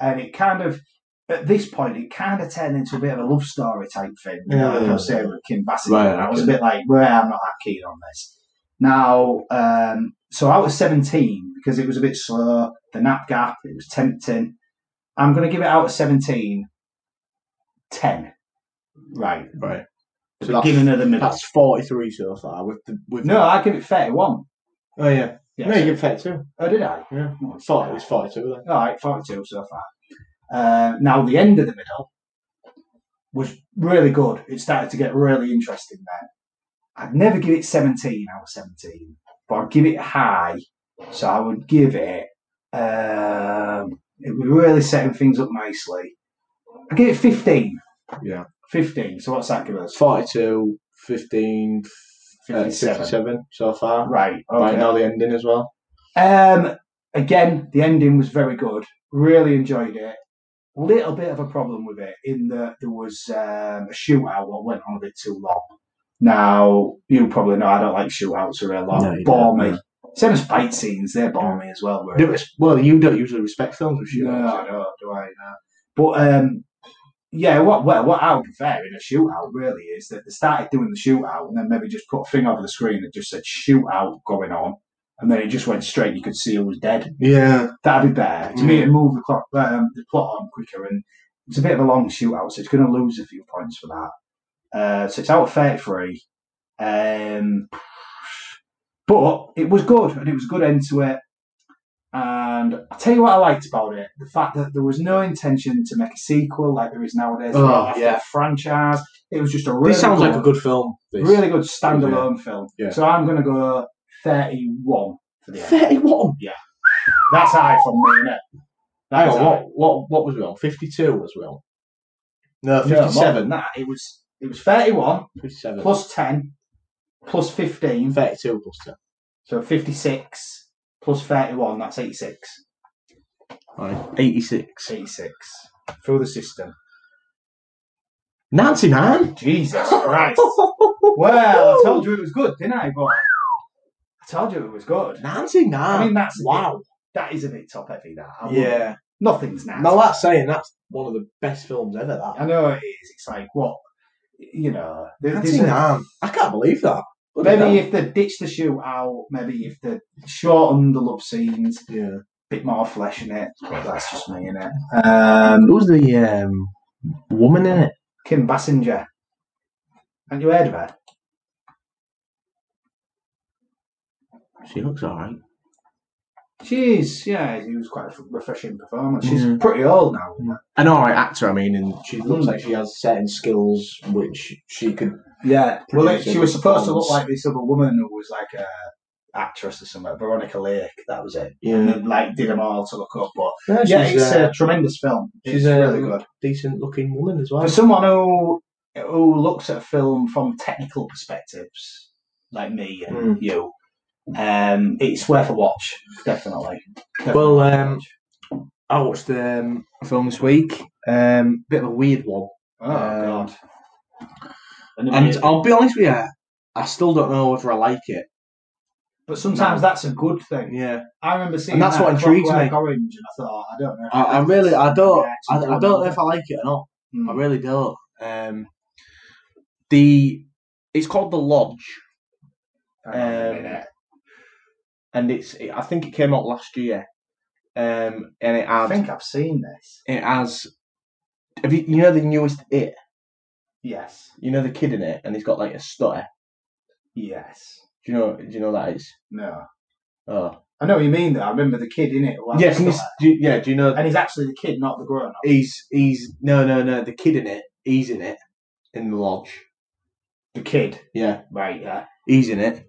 Speaker 2: And it kind of, at this point, it kind of turned into a bit of a love story type thing. You know,
Speaker 1: Yeah.
Speaker 2: like I was saying with Kim Bassett.
Speaker 1: Right,
Speaker 2: I was a
Speaker 1: okay.
Speaker 2: bit like, well, I'm not that keen on this. Now, um, so I was 17 because it was a bit slow, the nap gap, it was tempting. I'm going to give it out of 17, 10. Right.
Speaker 1: Right.
Speaker 2: The
Speaker 1: So that's-
Speaker 2: beginning of the middle.
Speaker 1: That's 43 so far with the with
Speaker 2: No, I give it 31.
Speaker 1: Oh yeah.
Speaker 2: Yeah,
Speaker 1: no,
Speaker 2: so-
Speaker 1: you get 32.
Speaker 2: oh, did I?
Speaker 1: Yeah.
Speaker 2: Oh,
Speaker 1: I thought it was 42 then.
Speaker 2: All right, 42 so far. Uh, now, the end of the middle was really good. It started to get really interesting then. I'd never give it 17 out of 17, but I'd give it high. So I would give it, um, it was really setting things up nicely. I give it 15.
Speaker 1: Yeah.
Speaker 2: 15. So what's that give us?
Speaker 1: 42, 15, uh, 57 so far.
Speaker 2: Right. Okay.
Speaker 1: Right now the ending as well.
Speaker 2: Um, again, the ending was very good. Really enjoyed it. Little bit of a problem with it in that there was um, a shootout that went on a bit too long. Now you probably know I don't like shootouts they're a lot.
Speaker 1: No, you
Speaker 2: bore
Speaker 1: don't,
Speaker 2: me. Same as fight scenes, they bore me as well. really.
Speaker 1: Do it- Well, you don't usually respect films with you.
Speaker 2: No, "Oh, I don't, do I? No. But um, yeah, what what what I would prefer in a shootout really is that they started doing the shootout and then maybe just put a thing over the screen that just said shootout going on, and then it just went straight. You could see who was dead.
Speaker 1: Yeah.
Speaker 2: That'd be better. To me, it move the clock, um, the plot on quicker, and it's a bit of a long shootout, so it's going to lose a few points for that. Uh, so it's out of thirty-three, um, but it was good, and it was a good end to it. And I tell you what I liked about it: the fact that there was no intention to make a sequel like there is nowadays.
Speaker 1: Oh,
Speaker 2: after
Speaker 1: yeah.
Speaker 2: a franchise. It was just a really
Speaker 1: This sounds
Speaker 2: good,
Speaker 1: like a good film. This.
Speaker 2: really good standalone film.
Speaker 1: Yeah.
Speaker 2: So I'm going to go thirty-one for the end.
Speaker 1: 31.
Speaker 2: That's high from me, innit?
Speaker 1: Hang
Speaker 2: That's
Speaker 1: on,
Speaker 2: high.
Speaker 1: what, what, what was we on? 52 was we on? No,
Speaker 2: No, more than
Speaker 1: 57.
Speaker 2: that, it was it was 31
Speaker 1: 57.
Speaker 2: plus 10 plus 15,
Speaker 1: 32 plus 10.
Speaker 2: so 56 plus 31. That's 86.
Speaker 1: Right. 86.
Speaker 2: 86 through the system.
Speaker 1: 99?
Speaker 2: Jesus Christ! well, I told you it was good, didn't I? But I told you it was good.
Speaker 1: 99.
Speaker 2: I mean, that's
Speaker 1: wow.
Speaker 2: that is a bit top heavy. That I wouldn't-
Speaker 1: Yeah.
Speaker 2: nothing's nasty.
Speaker 1: Now that's saying that's one of the best films ever. That
Speaker 2: I know it is. It's like what you know. there- there's a-
Speaker 1: 99. I can't believe that.
Speaker 2: Maybe if they ditch the shootout, maybe if they shorten the love scenes,
Speaker 1: Yeah.
Speaker 2: bit more flesh in it. But That's just me in it. Um,
Speaker 1: Who's the um, woman in it?
Speaker 2: Kim Bassinger. Haven't you heard of her?
Speaker 1: She looks alright.
Speaker 2: She is, yeah, it was quite a refreshing performance. She's
Speaker 1: Yeah.
Speaker 2: pretty old now. isn't she?
Speaker 1: An alright actor, I mean, and she
Speaker 2: Hmm.
Speaker 1: looks like she has certain skills which she could.
Speaker 2: Yeah. Well, it, she was
Speaker 1: Producing
Speaker 2: supposed to look
Speaker 1: performance.
Speaker 2: like this other woman who was like a actress or something, Veronica Lake, that was it. And
Speaker 1: Yeah,
Speaker 2: then, like, did them all to look up. But
Speaker 1: yeah,
Speaker 2: yeah, uh, it's a tremendous film.
Speaker 1: she's
Speaker 2: it's
Speaker 1: a-
Speaker 2: really good.
Speaker 1: uh, decent looking woman as well.
Speaker 2: For someone who who looks at a film from technical perspectives, like me and
Speaker 1: Mm.
Speaker 2: you, um, it's worth a watch, definitely. Definitely
Speaker 1: Well,
Speaker 2: worth a
Speaker 1: um,
Speaker 2: watch.
Speaker 1: I watched um, a film this week. Um, bit of a weird one,
Speaker 2: oh
Speaker 1: um,
Speaker 2: god,
Speaker 1: and I'll be honest with you, I still don't know whether I like it.
Speaker 2: but sometimes that's a good thing.
Speaker 1: Yeah,
Speaker 2: I remember seeing
Speaker 1: And that's
Speaker 2: that
Speaker 1: what intrigues
Speaker 2: Clockwork
Speaker 1: me.
Speaker 2: Orange, and I thought, "Oh, I don't know. if
Speaker 1: I, I
Speaker 2: like
Speaker 1: really,
Speaker 2: this.
Speaker 1: I don't,
Speaker 2: Yeah,
Speaker 1: I,
Speaker 2: it's
Speaker 1: I don't know if I like it or not. I
Speaker 2: Mm.
Speaker 1: really don't. Um, the it's called the Lodge,
Speaker 2: Hang on a
Speaker 1: um,
Speaker 2: minute.
Speaker 1: and it's I think it came out last year, um, and it
Speaker 2: I
Speaker 1: had
Speaker 2: think I've seen this.
Speaker 1: it has. Have you, you know the newest it?
Speaker 2: Yes,
Speaker 1: You know the kid in it, and he's got like a stutter.
Speaker 2: yes,
Speaker 1: Do you know? Do you know what that is?
Speaker 2: no.
Speaker 1: Oh,
Speaker 2: I know what you mean though. I remember the kid in it.
Speaker 1: yes. and he's- do you- yeah. Do you know?
Speaker 2: and he's actually the kid, not the grown up.
Speaker 1: He's he's no no no the kid in it. He's in it in the lodge.
Speaker 2: The kid,
Speaker 1: Yeah,
Speaker 2: right? Yeah.
Speaker 1: he's in it.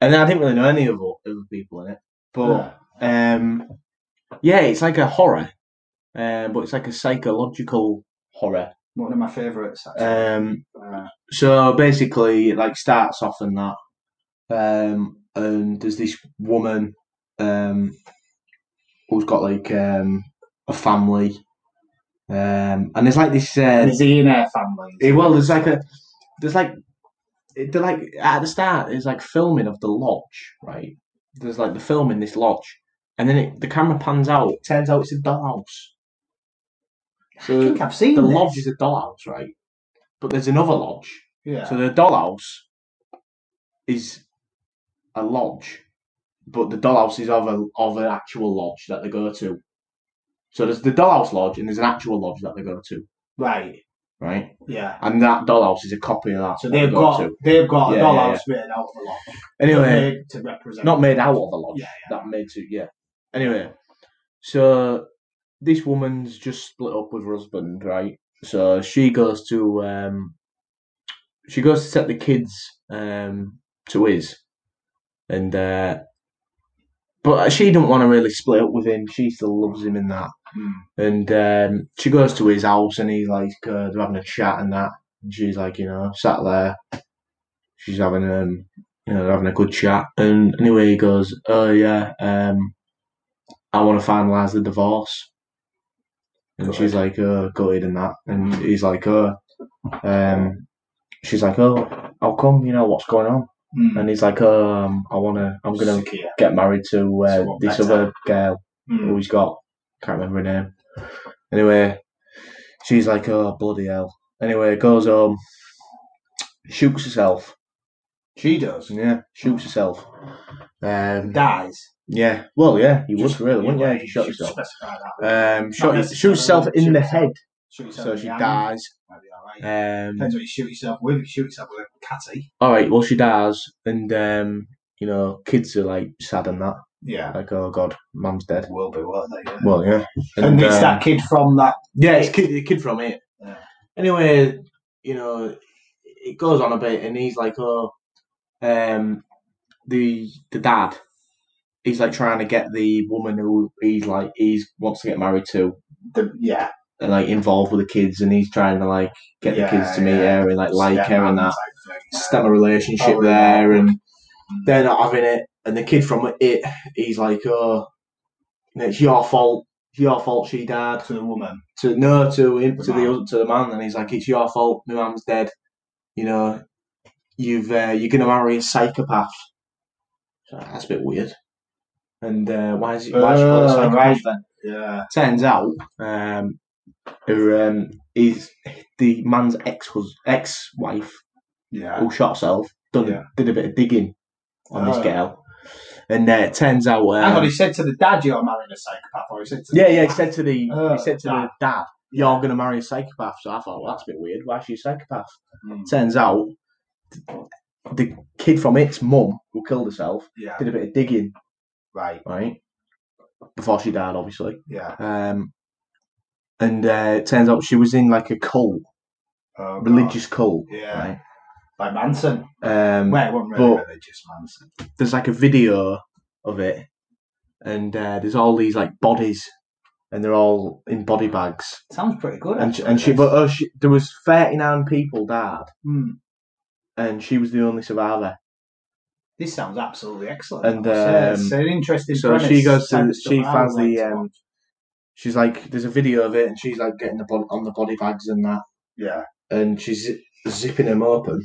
Speaker 1: And I didn't really know any of the other people in it, but
Speaker 2: Yeah.
Speaker 1: um, yeah, it's like a horror, um, but it's like a psychological horror.
Speaker 2: One of my favourites. actually.
Speaker 1: Um,
Speaker 2: Uh,
Speaker 1: so basically, it like starts off in that, um, and there's this woman, um, who's got like um a family, um, and there's like this uh,
Speaker 2: and is he in her family?
Speaker 1: Eh, well, there's like a, there's like, eh, they're like at the start. There's like filming of the lodge, right? There's like the film in this lodge, and then it, the camera pans out. Turns out it's a dollhouse.
Speaker 2: I
Speaker 1: So
Speaker 2: think I've seen
Speaker 1: the
Speaker 2: this.
Speaker 1: lodge is a dollhouse, right? But there's another lodge.
Speaker 2: Yeah.
Speaker 1: So the dollhouse is a lodge, but the dollhouse is of a of an actual lodge that they go to. So there's the dollhouse lodge, and there's an actual lodge that they go to,
Speaker 2: right.
Speaker 1: right?
Speaker 2: Yeah.
Speaker 1: and that dollhouse is a copy of that.
Speaker 2: So
Speaker 1: that
Speaker 2: they've
Speaker 1: we
Speaker 2: got
Speaker 1: to.
Speaker 2: they've got
Speaker 1: Yeah,
Speaker 2: a
Speaker 1: yeah,
Speaker 2: dollhouse written out of the lot
Speaker 1: anyway,
Speaker 2: made to represent.
Speaker 1: not made out of a lodge.
Speaker 2: Yeah,
Speaker 1: That made to yeah. Anyway, so this woman's just split up with her husband, right? So she goes to um, she goes to take the kids um to his, and uh, but she don't want to really split up with him. She still loves him in that.
Speaker 2: Mm.
Speaker 1: And um, she goes to his house and he's like, uh, they're having a chat and that. And she's like, you know, sat there. She's having um, you know, they're having a good chat. And anyway, he goes, oh yeah, um, I want to finalise the divorce. And she's like, oh, gutted and that. And he's like, oh, um, she's like, oh, how come? You know, what's going on?
Speaker 2: Mm.
Speaker 1: And he's like, oh, um, I want to, I'm going to
Speaker 2: Secure.
Speaker 1: get married to uh,
Speaker 2: Someone
Speaker 1: this
Speaker 2: better.
Speaker 1: other girl
Speaker 2: Mm.
Speaker 1: who he's got. Can't remember her name. Anyway, she's like, oh, bloody hell. Anyway, goes home, shoots herself.
Speaker 2: She does.
Speaker 1: Yeah, shoots herself. Um,
Speaker 2: Dies.
Speaker 1: yeah, well, yeah, you would really, wouldn't you, if you shot
Speaker 2: should
Speaker 1: yourself?
Speaker 2: specify that.
Speaker 1: Um,
Speaker 2: Not
Speaker 1: shot, shoots
Speaker 2: necessarily
Speaker 1: herself in
Speaker 2: shoot
Speaker 1: the
Speaker 2: yourself.
Speaker 1: head,
Speaker 2: Shoot yourself
Speaker 1: so
Speaker 2: in
Speaker 1: she
Speaker 2: the hand.
Speaker 1: dies.
Speaker 2: Might be alright.
Speaker 1: Um,
Speaker 2: Depends what you shoot yourself with. If you shoot yourself with a catty.
Speaker 1: all right, well, she dies, and um, you know, kids are like sad and that,
Speaker 2: Yeah.
Speaker 1: like, oh god, mum's dead.
Speaker 2: Will be worth it. Yeah.
Speaker 1: Well, yeah,
Speaker 2: And, it's
Speaker 1: um,
Speaker 2: that kid from that.
Speaker 1: Yeah, it's kid, the kid from it.
Speaker 2: Yeah.
Speaker 1: Anyway, you know, it goes on a bit, and he's like, "Oh, um, the the dad." He's like trying to get the woman who he's like he's wants to get married to,
Speaker 2: The, yeah.
Speaker 1: and like involved with the kids, and he's trying to like get
Speaker 2: Yeah,
Speaker 1: the kids to meet
Speaker 2: yeah.
Speaker 1: her and like like her
Speaker 2: Stepmom
Speaker 1: and that
Speaker 2: type thing, yeah.
Speaker 1: stem a relationship
Speaker 2: Oh, yeah.
Speaker 1: there, and
Speaker 2: Mm.
Speaker 1: they're not having it. And the kid from it, he's like, "Oh, it's your fault. It's your fault. She died."
Speaker 2: To the woman.
Speaker 1: to no to him
Speaker 2: The
Speaker 1: to
Speaker 2: man.
Speaker 1: the to the man, and he's like, "It's your fault. My mum's dead. You know, you've uh, you're gonna marry a psychopath. So that's a bit weird." And uh, why is it? Why is she called a
Speaker 2: Oh,
Speaker 1: psychopath
Speaker 2: right.
Speaker 1: then?
Speaker 2: Yeah.
Speaker 1: Turns out, um, her um, is the man's ex ex wife
Speaker 2: Yeah.
Speaker 1: who shot herself done,
Speaker 2: Yeah.
Speaker 1: did a bit of digging on this
Speaker 2: Oh.
Speaker 1: girl, and uh, it turns out. Um,
Speaker 2: Hang on, he said to the dad, "You're marrying a psychopath," or he said to the
Speaker 1: yeah, yeah. He said to the
Speaker 2: Oh,
Speaker 1: he said to
Speaker 2: dad.
Speaker 1: the dad, "You're going to marry a psychopath." So I thought, well, that's a bit weird. Why is she a psychopath?
Speaker 2: Mm.
Speaker 1: Turns out, the kid from its mum who killed herself
Speaker 2: yeah,
Speaker 1: did a bit of digging,
Speaker 2: right,
Speaker 1: right? Before she died, obviously.
Speaker 2: yeah,
Speaker 1: Um, and uh, it turns out she was in like a cult,
Speaker 2: oh, God.
Speaker 1: religious cult,
Speaker 2: yeah,
Speaker 1: right?
Speaker 2: by Manson.
Speaker 1: Um,
Speaker 2: Well, it wasn't really
Speaker 1: But-
Speaker 2: religious, Manson.
Speaker 1: there's like a video of it, and uh, there's all these like bodies, and they're all in body bags.
Speaker 2: Sounds pretty good.
Speaker 1: And she,
Speaker 2: actually,
Speaker 1: and she
Speaker 2: this.
Speaker 1: but uh, she, there was 39 people died,
Speaker 2: Hmm.
Speaker 1: and she was the only survivor.
Speaker 2: This sounds absolutely excellent.
Speaker 1: And,
Speaker 2: It's,
Speaker 1: um,
Speaker 2: uh, it's an interesting.
Speaker 1: so
Speaker 2: premise
Speaker 1: she goes to-
Speaker 2: type of stuff
Speaker 1: she
Speaker 2: I would
Speaker 1: finds
Speaker 2: like
Speaker 1: the,
Speaker 2: to
Speaker 1: um,
Speaker 2: watch.
Speaker 1: She's like, there's a video of it, and she's like getting the bod on the body bags and that,
Speaker 2: yeah,
Speaker 1: and she's zi- zipping them open,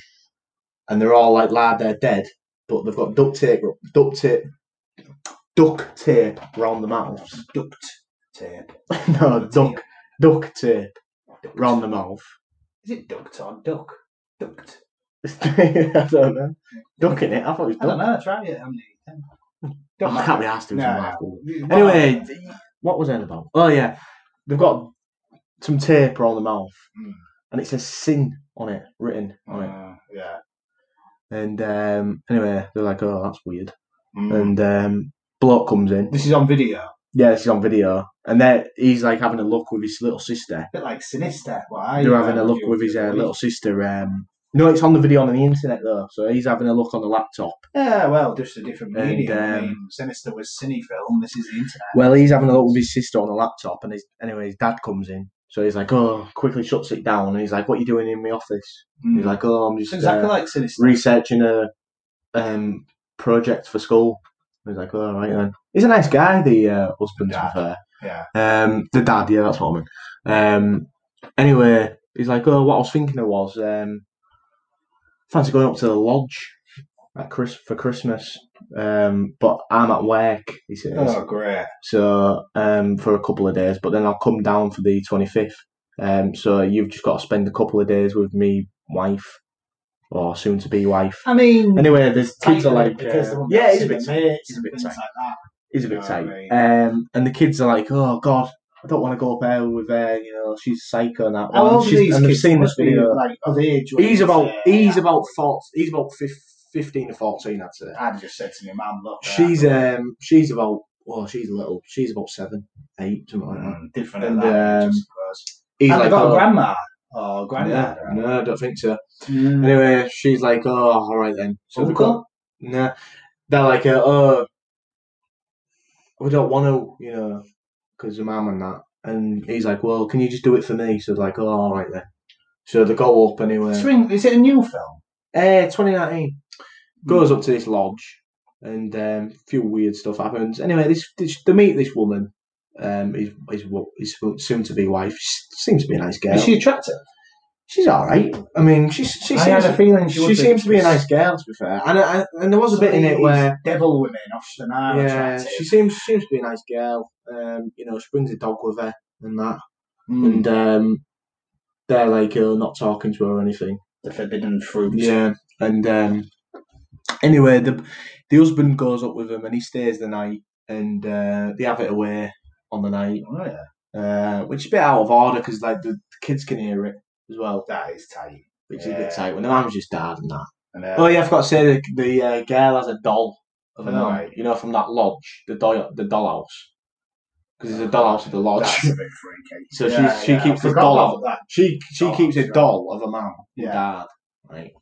Speaker 1: and they're all like lied there dead, but they've got duct tape, duct tape, duct tape round the mouths.
Speaker 2: oh, duct tape.
Speaker 1: no, duct duct tape round the mouth.
Speaker 2: Is it duct or duck? Duct.
Speaker 1: I don't know. Ducking it. I thought it was
Speaker 2: I don't
Speaker 1: duck.
Speaker 2: know. Try it. I mean,
Speaker 1: Oh, I can't be asked to.
Speaker 2: No,
Speaker 1: No,
Speaker 2: Well,
Speaker 1: Anyway, d- what was that about? Oh yeah, they've got some tape around the mouth,
Speaker 2: Mm.
Speaker 1: and it says "sin" on it, written on it.
Speaker 2: uh, yeah. Oh.
Speaker 1: And um, anyway, they're like, "Oh, that's weird."
Speaker 2: Mm.
Speaker 1: And um, bloke comes in.
Speaker 2: This is on video.
Speaker 1: Yeah, this is on video, and then he's like having a look with his little sister.
Speaker 2: bit like Sinister. What I
Speaker 1: They're having a
Speaker 2: uh,
Speaker 1: look
Speaker 2: do
Speaker 1: with his
Speaker 2: the
Speaker 1: uh,
Speaker 2: other
Speaker 1: little
Speaker 2: week.
Speaker 1: sister. Um, no, it's on the video on the internet though, so he's having a look on the laptop.
Speaker 2: Yeah, well, just a different
Speaker 1: And,
Speaker 2: medium. I
Speaker 1: um,
Speaker 2: mean, Sinister was cine film. This is the internet.
Speaker 1: Well, he's having a look with his sister on the laptop, and his, anyway, his dad comes in. So he's like, "Oh!" Quickly shuts it down, and he's like, "What are you doing in my office?" He's
Speaker 2: Mm.
Speaker 1: like, "Oh, I'm
Speaker 2: it's
Speaker 1: just
Speaker 2: exactly
Speaker 1: uh,
Speaker 2: like Sinister.
Speaker 1: researching a um, project for school." He's like, "Oh, "All right then." He's a nice guy, the uh, husband, to be
Speaker 2: Dad.
Speaker 1: fair.
Speaker 2: Yeah.
Speaker 1: Um, the dad, yeah, that's what I mean. Um, anyway, he's like, "Oh, what I was thinking of was, um, fancy going up to the lodge at Chris for Christmas, um, but I'm at work." He says,
Speaker 2: Oh, great.
Speaker 1: so um, for a couple of days, but then I'll come down for the 25th. Um, so you've just got to spend a couple of days with me, wife, or soon to be wife.
Speaker 2: I mean,
Speaker 1: Anyway, there's kids
Speaker 2: tight
Speaker 1: are like,
Speaker 2: because they
Speaker 1: uh,
Speaker 2: won't
Speaker 1: yeah,
Speaker 2: get
Speaker 1: it's
Speaker 2: to
Speaker 1: a
Speaker 2: see
Speaker 1: bit,
Speaker 2: their mates
Speaker 1: it's a
Speaker 2: and
Speaker 1: bit
Speaker 2: things
Speaker 1: tight.
Speaker 2: like that.
Speaker 1: it's a bit
Speaker 2: Yeah,
Speaker 1: tight.
Speaker 2: right.
Speaker 1: Um, and the kids are like, oh god, I don't want to go up there with her. You know, she's psycho and that.
Speaker 2: How
Speaker 1: one."
Speaker 2: old are
Speaker 1: She's-
Speaker 2: these
Speaker 1: and I've
Speaker 2: kids?
Speaker 1: seen this
Speaker 2: Must be,
Speaker 1: video.
Speaker 2: Like, of age. when
Speaker 1: He's
Speaker 2: it's,
Speaker 1: about,
Speaker 2: uh,
Speaker 1: he's
Speaker 2: yeah.
Speaker 1: about, 14, he's about fif- 15 or 14, I'd say.
Speaker 2: I just said to my mum, look,
Speaker 1: She's,
Speaker 2: uh,
Speaker 1: um, she's about, well, she's little. She's about seven, eight, something like that.
Speaker 2: mm, different
Speaker 1: Mm-hmm. and,
Speaker 2: at that age,
Speaker 1: um,
Speaker 2: I suppose.
Speaker 1: He's
Speaker 2: Have they got
Speaker 1: "Oh,
Speaker 2: a grandma or
Speaker 1: No,
Speaker 2: granddad? or-
Speaker 1: no, I don't think so.
Speaker 2: Mm.
Speaker 1: Anyway, she's like, oh, all right then. So they've got,
Speaker 2: Uncle?
Speaker 1: nah, they're like, uh, oh, we don't want to, you know, because of mum and that. And he's like, well, can you just do it for me? So they're like, oh, all right then. So they go up anyway.
Speaker 2: Swing, is it a new film?
Speaker 1: Eh, 2019.
Speaker 2: Hmm.
Speaker 1: Goes up to this lodge, and um, a few weird stuff happens. Anyway, this, this they meet this woman. Um, his his, wo- his soon to be wife. She seems to be a nice girl.
Speaker 2: Is she attractive?
Speaker 1: she's all right. I mean, she's she
Speaker 2: I
Speaker 1: seems
Speaker 2: had a feeling she,
Speaker 1: she
Speaker 2: would
Speaker 1: seems to be a nice girl, to be fair. And I, I- and there was a bit in it where
Speaker 2: devil women off the night.
Speaker 1: yeah, she seems seems to be a nice girl. Um, you know, she brings a dog with her and that,
Speaker 2: Hmm.
Speaker 1: and um, they're like uh, not talking to her or anything.
Speaker 2: the forbidden fruit.
Speaker 1: Yeah, and um, anyway, the the husband goes up with him and he stays the night, and uh, they have it away on the night,
Speaker 2: Oh, yeah.
Speaker 1: uh, which is a bit out of order because like the, the kids can hear it as well,
Speaker 2: that is tight.
Speaker 1: which is a bit
Speaker 2: Yeah.
Speaker 1: tight. When the mum's just dad and that.
Speaker 2: And, uh,
Speaker 1: Oh yeah, I forgot to say the the uh, girl has a doll of a man.
Speaker 2: Right.
Speaker 1: You know, from that lodge, the doll, the dollhouse, because there's a dollhouse at the lodge.
Speaker 2: That's a bit freaky.
Speaker 1: So she's- she keeps
Speaker 2: I
Speaker 1: this
Speaker 2: forgot
Speaker 1: doll
Speaker 2: about that.
Speaker 1: she she
Speaker 2: Dollhouse,
Speaker 1: keeps a
Speaker 2: right.
Speaker 1: doll of a man, yeah.
Speaker 2: Yeah.
Speaker 1: dad, right?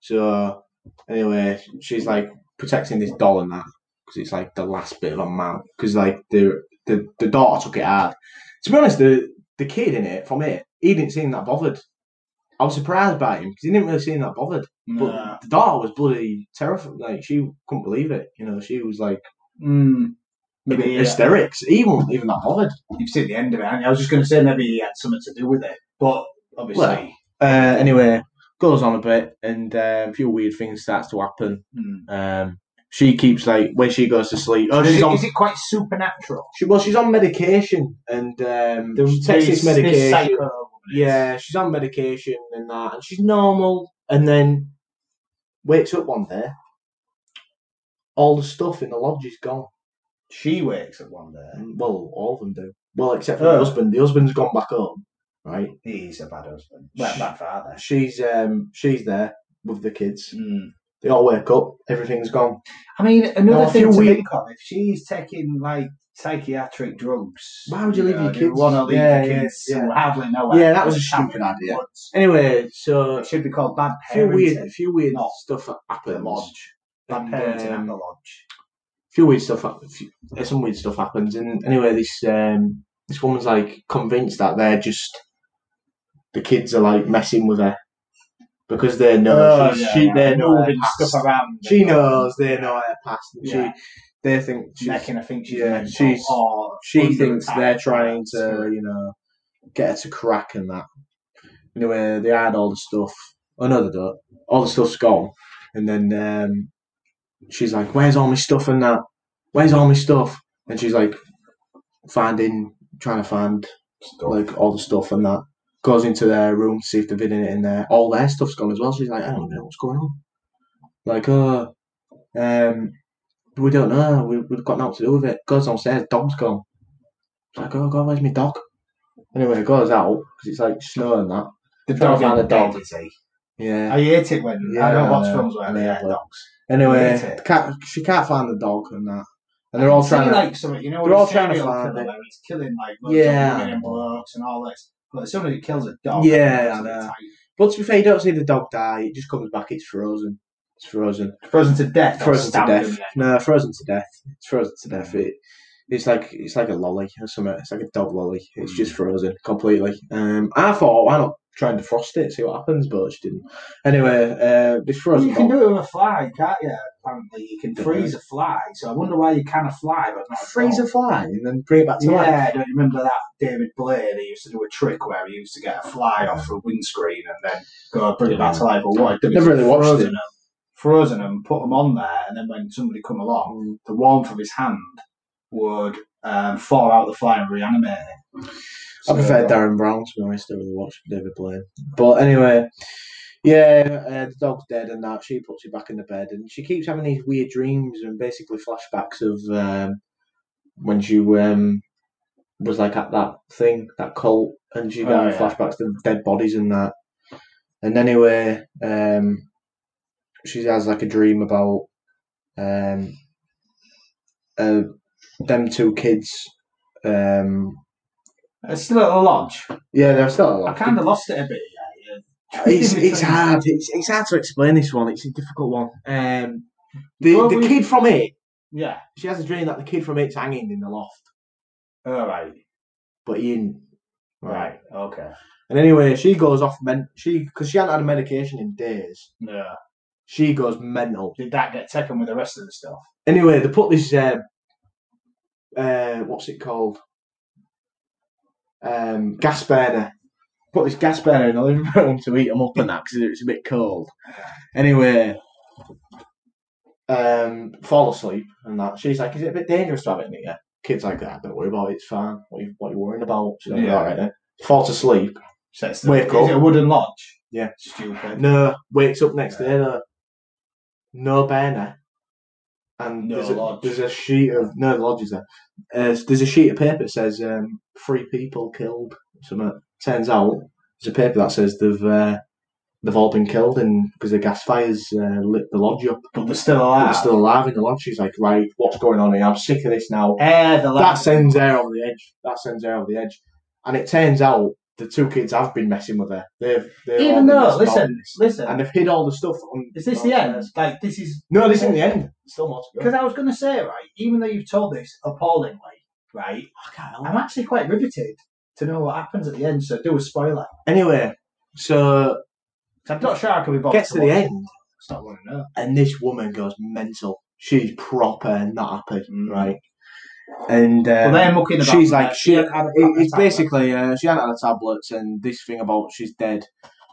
Speaker 1: So anyway, she's like protecting this doll and that because it's like the last bit of a man. Because like the the the daughter took it hard. To be honest, the the kid in it from it, he didn't seem that bothered. I was surprised by him because he didn't really seem that bothered. But
Speaker 2: Nah.
Speaker 1: the daughter was bloody terrified. Like she couldn't believe it. You know, she was like Hmm.
Speaker 2: Mm.
Speaker 1: in
Speaker 2: Maybe, uh,
Speaker 1: hysterics. He wasn't even that bothered.
Speaker 2: You've seen the end of it. haven't you? I was just going to say maybe he had something to do with it, but obviously,
Speaker 1: Well, Uh, anyway, goes on a bit, and um, a few weird things starts to happen.
Speaker 2: mm.
Speaker 1: Um, she keeps like when she goes to sleep. Oh,
Speaker 2: is,
Speaker 1: she's
Speaker 2: it,
Speaker 1: on.
Speaker 2: is it quite supernatural?
Speaker 1: She, well, she's on medication, and um, she takes
Speaker 2: This-
Speaker 1: this
Speaker 2: this psycho
Speaker 1: medication.
Speaker 2: woman is-
Speaker 1: Yeah, she's on medication and that, and she's normal. And then wakes up one day, all the stuff in the lodge is gone.
Speaker 2: She wakes up one day.
Speaker 1: And, um, Well, all of them do. Well, except for the
Speaker 2: Oh.
Speaker 1: husband. The husband's gone back home, right?
Speaker 2: He's a bad husband. Well, bad father. Hmm.
Speaker 1: She's um she's there with the kids. They all wake up. Everything's gone.
Speaker 2: I mean,
Speaker 1: Now,
Speaker 2: another
Speaker 1: a
Speaker 2: thing
Speaker 1: few
Speaker 2: to
Speaker 1: weeks-
Speaker 2: think of, if she's taking like psychiatric drugs,
Speaker 1: Why would you leave your
Speaker 2: You
Speaker 1: kids?
Speaker 2: want to leave
Speaker 1: Yeah,
Speaker 2: your
Speaker 1: yeah,
Speaker 2: kids
Speaker 1: yeah.
Speaker 2: so hardly nowhere.
Speaker 1: Yeah, that was a
Speaker 2: Just having
Speaker 1: stupid
Speaker 2: them
Speaker 1: idea.
Speaker 2: woods.
Speaker 1: Anyway, so
Speaker 2: It should be called bad
Speaker 1: a few weird,
Speaker 2: parenting.
Speaker 1: a few weird
Speaker 2: Not
Speaker 1: stuff happens.
Speaker 2: the lodge. Bad
Speaker 1: And,
Speaker 2: parenting
Speaker 1: um,
Speaker 2: and uh, the lodge.
Speaker 1: few weird stuff. hap- Few, uh, some weird stuff happens, and anyway, this um, this woman's like convinced that they're just the kids are like messing with her because they know
Speaker 2: Oh,
Speaker 1: she, she Oh, they know her
Speaker 2: moving
Speaker 1: past.
Speaker 2: stuff around.
Speaker 1: She knows they know her past. And
Speaker 2: Yeah.
Speaker 1: She they think she's,
Speaker 2: Making her think she's
Speaker 1: yeah,
Speaker 2: mental Oh,
Speaker 1: she's-
Speaker 2: or
Speaker 1: she
Speaker 2: under
Speaker 1: thinks
Speaker 2: attack.
Speaker 1: they're trying to you know get her to crack and that. Anyway, they hide all the stuff. Oh no, they don't. All the stuff's gone, and then um, she's like, "Where's all my stuff and that? Where's all my stuff?" And she's like, finding, trying to find like all the stuff and that. Goes into their room, see if they've been in it in there. All their stuff's gone as well. She's like, I don't know what's going on. Like, uh, um, we don't know. We, we've got nothing to do with it. Goes downstairs, dog's gone. It's like, oh god, where's my dog? Anyway, it goes out because it's like snow and that.
Speaker 2: The
Speaker 1: Trying
Speaker 2: dog
Speaker 1: to find
Speaker 2: and the
Speaker 1: the dog.
Speaker 2: dog is he?
Speaker 1: Yeah.
Speaker 2: I hate it when I
Speaker 1: Yeah,
Speaker 2: don't watch
Speaker 1: I know.
Speaker 2: films where they
Speaker 1: Yeah,
Speaker 2: have
Speaker 1: but-
Speaker 2: dogs.
Speaker 1: Anyway,
Speaker 2: Hate it.
Speaker 1: the cat, she can't find the dog and that. And they're all
Speaker 2: Say,
Speaker 1: trying to.
Speaker 2: like something, you know,
Speaker 1: they're all
Speaker 2: a
Speaker 1: trying to
Speaker 2: serial
Speaker 1: find
Speaker 2: killer
Speaker 1: it.
Speaker 2: where he's killing like loads yeah.
Speaker 1: Yeah.
Speaker 2: of women and blokes and all this. But as soon as he kills a dog,
Speaker 1: Yeah,
Speaker 2: it's
Speaker 1: I know.
Speaker 2: like
Speaker 1: but to be fair, you don't see the dog die. It just comes back. It's frozen. It's frozen.
Speaker 2: frozen to death. or
Speaker 1: frozen to
Speaker 2: stabbed in
Speaker 1: death.
Speaker 2: the end.
Speaker 1: No, frozen to death. It's frozen to death. It, it's like it's like a lolly or something. It's like a dog lolly. It's just frozen completely. Um, I thought why not try and defrost it, see what happens, but she didn't. Anyway, uh, this frozen
Speaker 2: You can
Speaker 1: dog.
Speaker 2: do it with a fly, can't you? Apparently, you can
Speaker 1: Yeah.
Speaker 2: freeze a fly. So I wonder why you can a fly, but not a
Speaker 1: Freeze
Speaker 2: dog.
Speaker 1: a fly and then bring it back to life.
Speaker 2: Yeah, don't you remember that David Blair? He used to do a trick where he used to get a fly off a windscreen and then go bring it back to life. But what? he did
Speaker 1: Never
Speaker 2: was
Speaker 1: really watched
Speaker 2: frozen
Speaker 1: it.
Speaker 2: Them, frozen them, put them on there, and then when somebody come
Speaker 1: Hmm.
Speaker 2: along, the warmth of his hand would um, thaw out the fly and reanimate it.
Speaker 1: I prefer Darren Brown to be honest over the watch David Blaine. But anyway, yeah, uh, the dog's dead and that. She puts you back in the bed and she keeps having these weird dreams and basically flashbacks of um, when she um, was like at that thing, that cult, and she got
Speaker 2: Oh, yeah.
Speaker 1: flashbacks to dead bodies and that. And anyway, um, she has like a dream about um, uh, them two kids. Um,
Speaker 2: It's still at the lodge.
Speaker 1: yeah, they're still alive.
Speaker 2: I kind of lost it a bit. Yeah. yeah.
Speaker 1: it's it's hard. It's, it's hard to explain this one. It's a difficult one. Um, the
Speaker 2: Well,
Speaker 1: the
Speaker 2: we-
Speaker 1: kid from it.
Speaker 2: Yeah.
Speaker 1: She has a dream that the kid from it's hanging in the loft,
Speaker 2: All right.
Speaker 1: but he in.
Speaker 2: Right. Okay.
Speaker 1: And anyway, she goes off men. She because she hadn't had a medication in days.
Speaker 2: Yeah.
Speaker 1: She goes mental.
Speaker 2: Did that get taken with the rest of the stuff?
Speaker 1: Anyway, they put this. Uh, uh, what's it called? Um, gas burner. Put this gas burner in the living room to heat them up and that because it's a bit cold. Anyway, um, fall asleep and that. She's like, "Is it a bit dangerous to have it in here?" Kids like that. Don't worry about it. It's fine. What you what you worrying about? She's like,
Speaker 2: Yeah.
Speaker 1: "All right then." Falls asleep.
Speaker 2: So it's
Speaker 1: Wake
Speaker 2: Is
Speaker 1: up.
Speaker 2: it a wooden lodge?
Speaker 1: Yeah.
Speaker 2: Stupid.
Speaker 1: No, uh, wakes up next day. No, no burner. And
Speaker 2: No
Speaker 1: there's, a,
Speaker 2: lodge.
Speaker 1: there's a sheet of no the lodge is there. Uh, there's a sheet of paper that says um, three people killed. Something turns out there's a paper that says they've uh, they've all been killed and because the gas fires uh, lit the lodge up.
Speaker 2: But they're still
Speaker 1: But
Speaker 2: alive.
Speaker 1: they're still alive in the lodge. She's like, right, what's going on here? I'm sick of this now.
Speaker 2: Air the
Speaker 1: that
Speaker 2: last.
Speaker 1: sends her over the edge. That sends her over the edge. And it turns out the two kids have been messing with her. They've, they've all
Speaker 2: Even
Speaker 1: been
Speaker 2: though,
Speaker 1: messing about
Speaker 2: listen,
Speaker 1: this.
Speaker 2: listen.
Speaker 1: and they've hid all the stuff. On,
Speaker 2: is this the end? Like this is
Speaker 1: No, this isn't the end. Still more to go.
Speaker 2: because I was going to say right. Even though you've told this appallingly, right?
Speaker 1: I can't help it.
Speaker 2: I'm actually quite riveted to know what happens at the end. So do a spoiler.
Speaker 1: Anyway, so
Speaker 2: 'Cause I'm not sure I can be bothered.
Speaker 1: gets to the
Speaker 2: watch it.
Speaker 1: end,
Speaker 2: It's not what I know.
Speaker 1: and this woman goes mental. She's proper not happy,
Speaker 2: Mm.
Speaker 1: right? And
Speaker 2: Well,
Speaker 1: um,
Speaker 2: they're mucking about.
Speaker 1: she's like she.
Speaker 2: Yeah,
Speaker 1: it- it's basically uh, she hadn't had her tablets, and this thing about she's dead.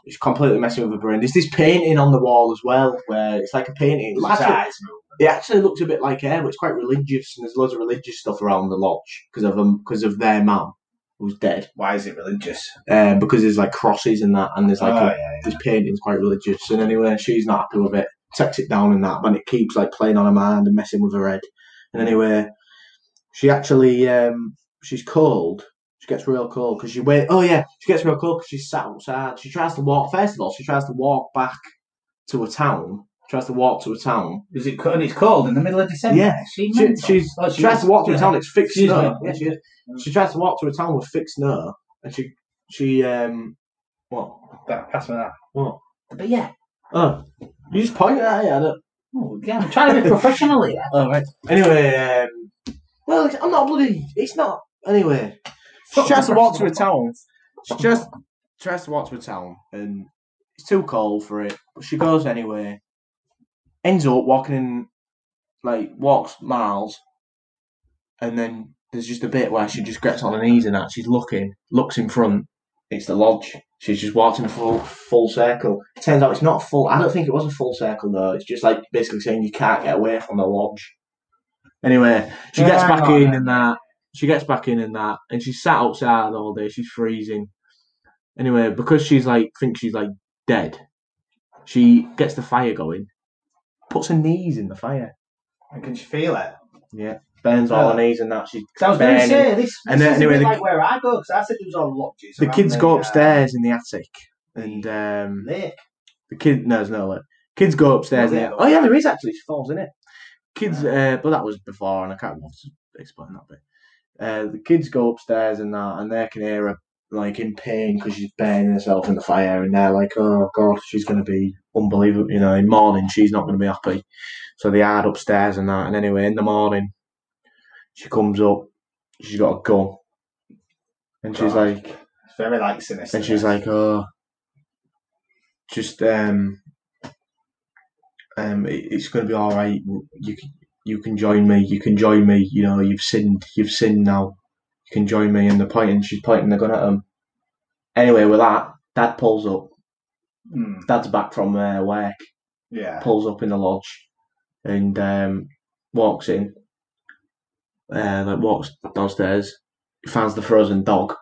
Speaker 1: It's completely messing with her brain. There's this painting on the wall as well, where it's like a painting. It
Speaker 2: His
Speaker 1: actually,
Speaker 2: eyes move.
Speaker 1: it actually looked a bit like air, but it's quite religious, and there's loads of religious stuff around the lodge because of um, because of their mum who's dead.
Speaker 2: Why is it religious?
Speaker 1: Um, because there's like crosses and that, and there's like
Speaker 2: Oh,
Speaker 1: a, this painting's quite religious. And anyway, she's not happy with it. takes it down and that, but it keeps like playing on her mind and messing with her head. And anyway, she actually um, she's cold. She gets real cold because she wait. Oh yeah, she gets real cold because she's sat outside. She tries to walk. First of all, she tries to walk back to a town. Tries to walk to a town.
Speaker 2: Is it co- and it's cold in the middle of December?
Speaker 1: Yeah.
Speaker 2: she,
Speaker 1: She,
Speaker 2: mental?
Speaker 1: she's
Speaker 2: Oh,
Speaker 1: she tries
Speaker 2: is.
Speaker 1: to walk to
Speaker 2: Yeah.
Speaker 1: a town. It's fixed
Speaker 2: She is
Speaker 1: snow.
Speaker 2: mental.
Speaker 1: Yeah, she, is. she tries to walk to a town with fixed snow, and she she um what
Speaker 2: Back- Pass me that.
Speaker 1: What?
Speaker 2: But yeah,
Speaker 1: oh you just pointed at it. I don't-
Speaker 2: oh, yeah, I'm trying to be professional here.
Speaker 1: All right. Anyway, um, well, it's- I'm not bloody. It's not. Anyway, she tries to walk to a town. She just tries to walk to a town, and it's too cold for it. But she goes anyway. Ends up walking in, like walks miles, and then there's just a bit where she just gets on her knees and that. She's looking, looks in front. It's the lodge. She's just walked in a full full circle. Turns out it's not a full. I don't think it was a full circle though. It's just like basically saying you can't get away from the lodge. Anyway, she
Speaker 2: Yeah,
Speaker 1: gets
Speaker 2: I
Speaker 1: back
Speaker 2: know
Speaker 1: in
Speaker 2: that.
Speaker 1: and that. She gets back in and that, and she's sat outside all day. She's freezing. Anyway, because she's like thinks she's like dead, she gets the fire going, puts her knees in the fire,
Speaker 2: And can she feel it?
Speaker 1: burns all her
Speaker 2: Oh.
Speaker 1: knees and that. She's
Speaker 2: So I was going to
Speaker 1: Burning.
Speaker 2: say this.
Speaker 1: And
Speaker 2: And
Speaker 1: then
Speaker 2: then,
Speaker 1: anyway, the-
Speaker 2: like where I go because I said there was all lodges.
Speaker 1: the
Speaker 2: around
Speaker 1: kids go
Speaker 2: the, uh,
Speaker 1: upstairs in the attic, and um,
Speaker 2: lake.
Speaker 1: the kid no, there's no like kids go upstairs.
Speaker 2: Well,
Speaker 1: in
Speaker 2: yeah,
Speaker 1: the-
Speaker 2: but-
Speaker 1: oh yeah, there is actually. She falls in it. Kids, uh, but that was before, and I can't want to explain that bit. Uh, the kids go upstairs and that, and they can hear her like in pain because she's burning herself in the fire, and they're like, "Oh God, she's going to be unbelievable." You know, in morning she's not going to be happy. So they hide upstairs and that, and anyway, in the morning she comes up, she's got a gun, and she's
Speaker 2: God.
Speaker 1: like,
Speaker 2: It's very like sinister.
Speaker 1: and she's like, "Oh, just um, um, it, it's gonna be all right. You can, you can join me. You can join me. You know, you've sinned. You've sinned now. You can join me." And the pointing, she's pointing the gun at him. Anyway, with that, Dad pulls up.
Speaker 2: Hmm,
Speaker 1: Dad's back from uh, work.
Speaker 2: yeah.
Speaker 1: Pulls up in the lodge, and um, walks in. Uh, like walks downstairs. He finds the frozen dog.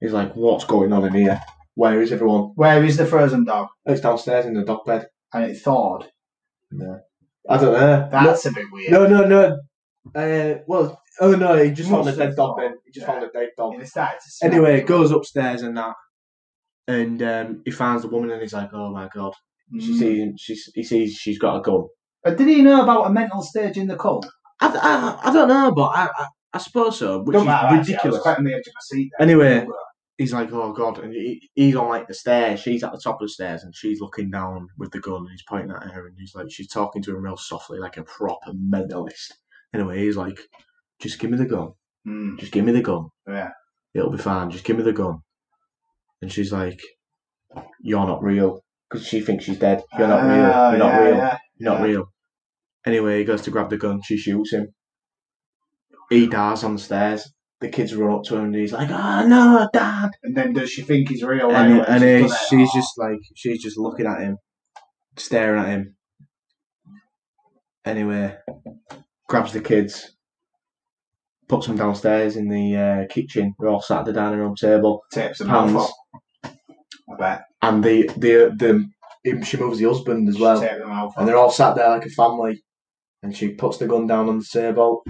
Speaker 1: He's like, "What's going on in here? Where is everyone?"
Speaker 2: Where is the frozen dog?
Speaker 1: Oh, It's downstairs in the dog bed.
Speaker 2: And it thawed.
Speaker 1: I don't know.
Speaker 2: That's a bit weird.
Speaker 1: no, no, no. no. Uh, well, oh no, he just found a
Speaker 2: Must
Speaker 1: dead
Speaker 2: have
Speaker 1: dog.
Speaker 2: thought.
Speaker 1: Then he just
Speaker 2: Yeah.
Speaker 1: found a dead dog.
Speaker 2: And it started to smell.
Speaker 1: Anyway, goes upstairs and that, and um, he finds the woman and he's like, "Oh my god!" She
Speaker 2: Mm.
Speaker 1: sees, she's, he sees she's got a gun.
Speaker 2: But did he know about a mental stage in the cult?
Speaker 1: I, I, I don't know, but I, I, I suppose so. Which
Speaker 2: Don't
Speaker 1: is
Speaker 2: matter, actually, I was
Speaker 1: ridiculous.
Speaker 2: quite on the edge of my seat. there.
Speaker 1: Anyway, he's like, "Oh god!" And he, he's on like the stairs. She's at the top of the stairs and she's looking down with the gun and he's pointing at her and he's like, she's talking to him real softly, like a proper mentalist. Anyway, he's like, "Just give me the gun.
Speaker 2: Mm,
Speaker 1: Just give me the gun.
Speaker 2: yeah.
Speaker 1: it'll be fine. Just give me the gun. And she's like, you're not real. Because she thinks she's dead. You're not real.
Speaker 2: Oh,
Speaker 1: You're not
Speaker 2: yeah,
Speaker 1: real.
Speaker 2: yeah.
Speaker 1: You're not
Speaker 2: yeah.
Speaker 1: real. Anyway, he goes to grab the gun. She shoots him. He dies on the stairs. The kids run up to him and he's like, oh no, dad.
Speaker 2: And then does she think he's real?
Speaker 1: And,
Speaker 2: anyway?
Speaker 1: and he's-
Speaker 2: She's done
Speaker 1: she's
Speaker 2: it. Oh.
Speaker 1: just like, she's just looking at him, staring at him. Anyway, grabs the kids, puts them downstairs in the uh, kitchen. They're all sat at the dining room table.
Speaker 2: tips and
Speaker 1: Pans.
Speaker 2: mouthful. I bet.
Speaker 1: and the the the him- she moves the husband as well,
Speaker 2: Tip and mouthful.
Speaker 1: and they're all sat there like a family. And she puts the gun down on the table,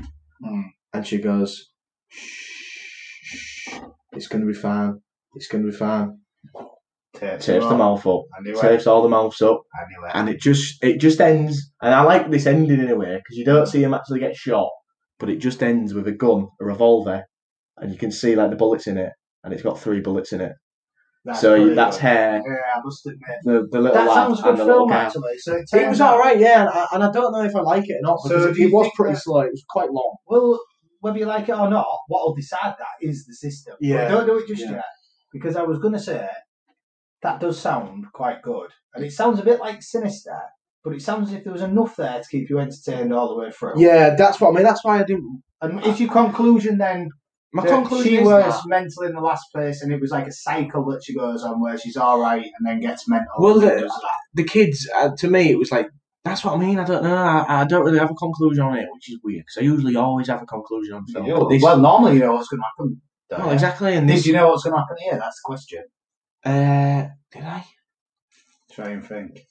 Speaker 2: Mm.
Speaker 1: and she goes, "Shh, it's gonna be fine. It's gonna be fine."
Speaker 2: Tips,
Speaker 1: Tapes the
Speaker 2: mouth.
Speaker 1: mouth up,
Speaker 2: I knew it.
Speaker 1: tapes all the mouths up,
Speaker 2: I knew it.
Speaker 1: and it just it just ends. And I like this ending in a way because you don't see him actually get shot, but it just ends with a gun, a revolver, and you can see like the bullets in it, and it's got three bullets in it. so
Speaker 2: pretty
Speaker 1: that's
Speaker 2: good.
Speaker 1: hair,
Speaker 2: Yeah, I must admit.
Speaker 1: the, the little
Speaker 2: That
Speaker 1: lad
Speaker 2: sounds good
Speaker 1: and the little
Speaker 2: film,
Speaker 1: girl.
Speaker 2: actually. So it,
Speaker 1: It was
Speaker 2: turns out-
Speaker 1: all right, yeah, and I, and I don't know if I like it or not
Speaker 2: So
Speaker 1: because it,
Speaker 2: do you
Speaker 1: it was
Speaker 2: think
Speaker 1: pretty
Speaker 2: that-
Speaker 1: slow. It was quite long.
Speaker 2: Well, whether you like it or not, what will decide that is the system. But
Speaker 1: Yeah.
Speaker 2: don't do it just
Speaker 1: Yeah.
Speaker 2: yet. Because I was going to say, that does sound quite good. And it sounds a bit like Sinister, but it sounds as if there was enough there to keep you entertained all the way through.
Speaker 1: Yeah, that's what I mean. That's why I didn't.
Speaker 2: And if your conclusion then,
Speaker 1: My
Speaker 2: that
Speaker 1: conclusion
Speaker 2: she
Speaker 1: is
Speaker 2: was
Speaker 1: that.
Speaker 2: mental in the last place and it was like a cycle that she goes on where she's all right and then gets mental.
Speaker 1: Well,
Speaker 2: and
Speaker 1: the-
Speaker 2: does that.
Speaker 1: the kids. Uh, to me, it was like that's what I mean. I don't know. I, I don't really have a conclusion on it, which is weird because I usually always have a conclusion on film. but this,
Speaker 2: well, normally you know what's going to happen. don't
Speaker 1: well,
Speaker 2: you?
Speaker 1: exactly. And
Speaker 2: Did
Speaker 1: this,
Speaker 2: you know what's going to happen here? That's the question.
Speaker 1: uh, did I?
Speaker 2: Try and think.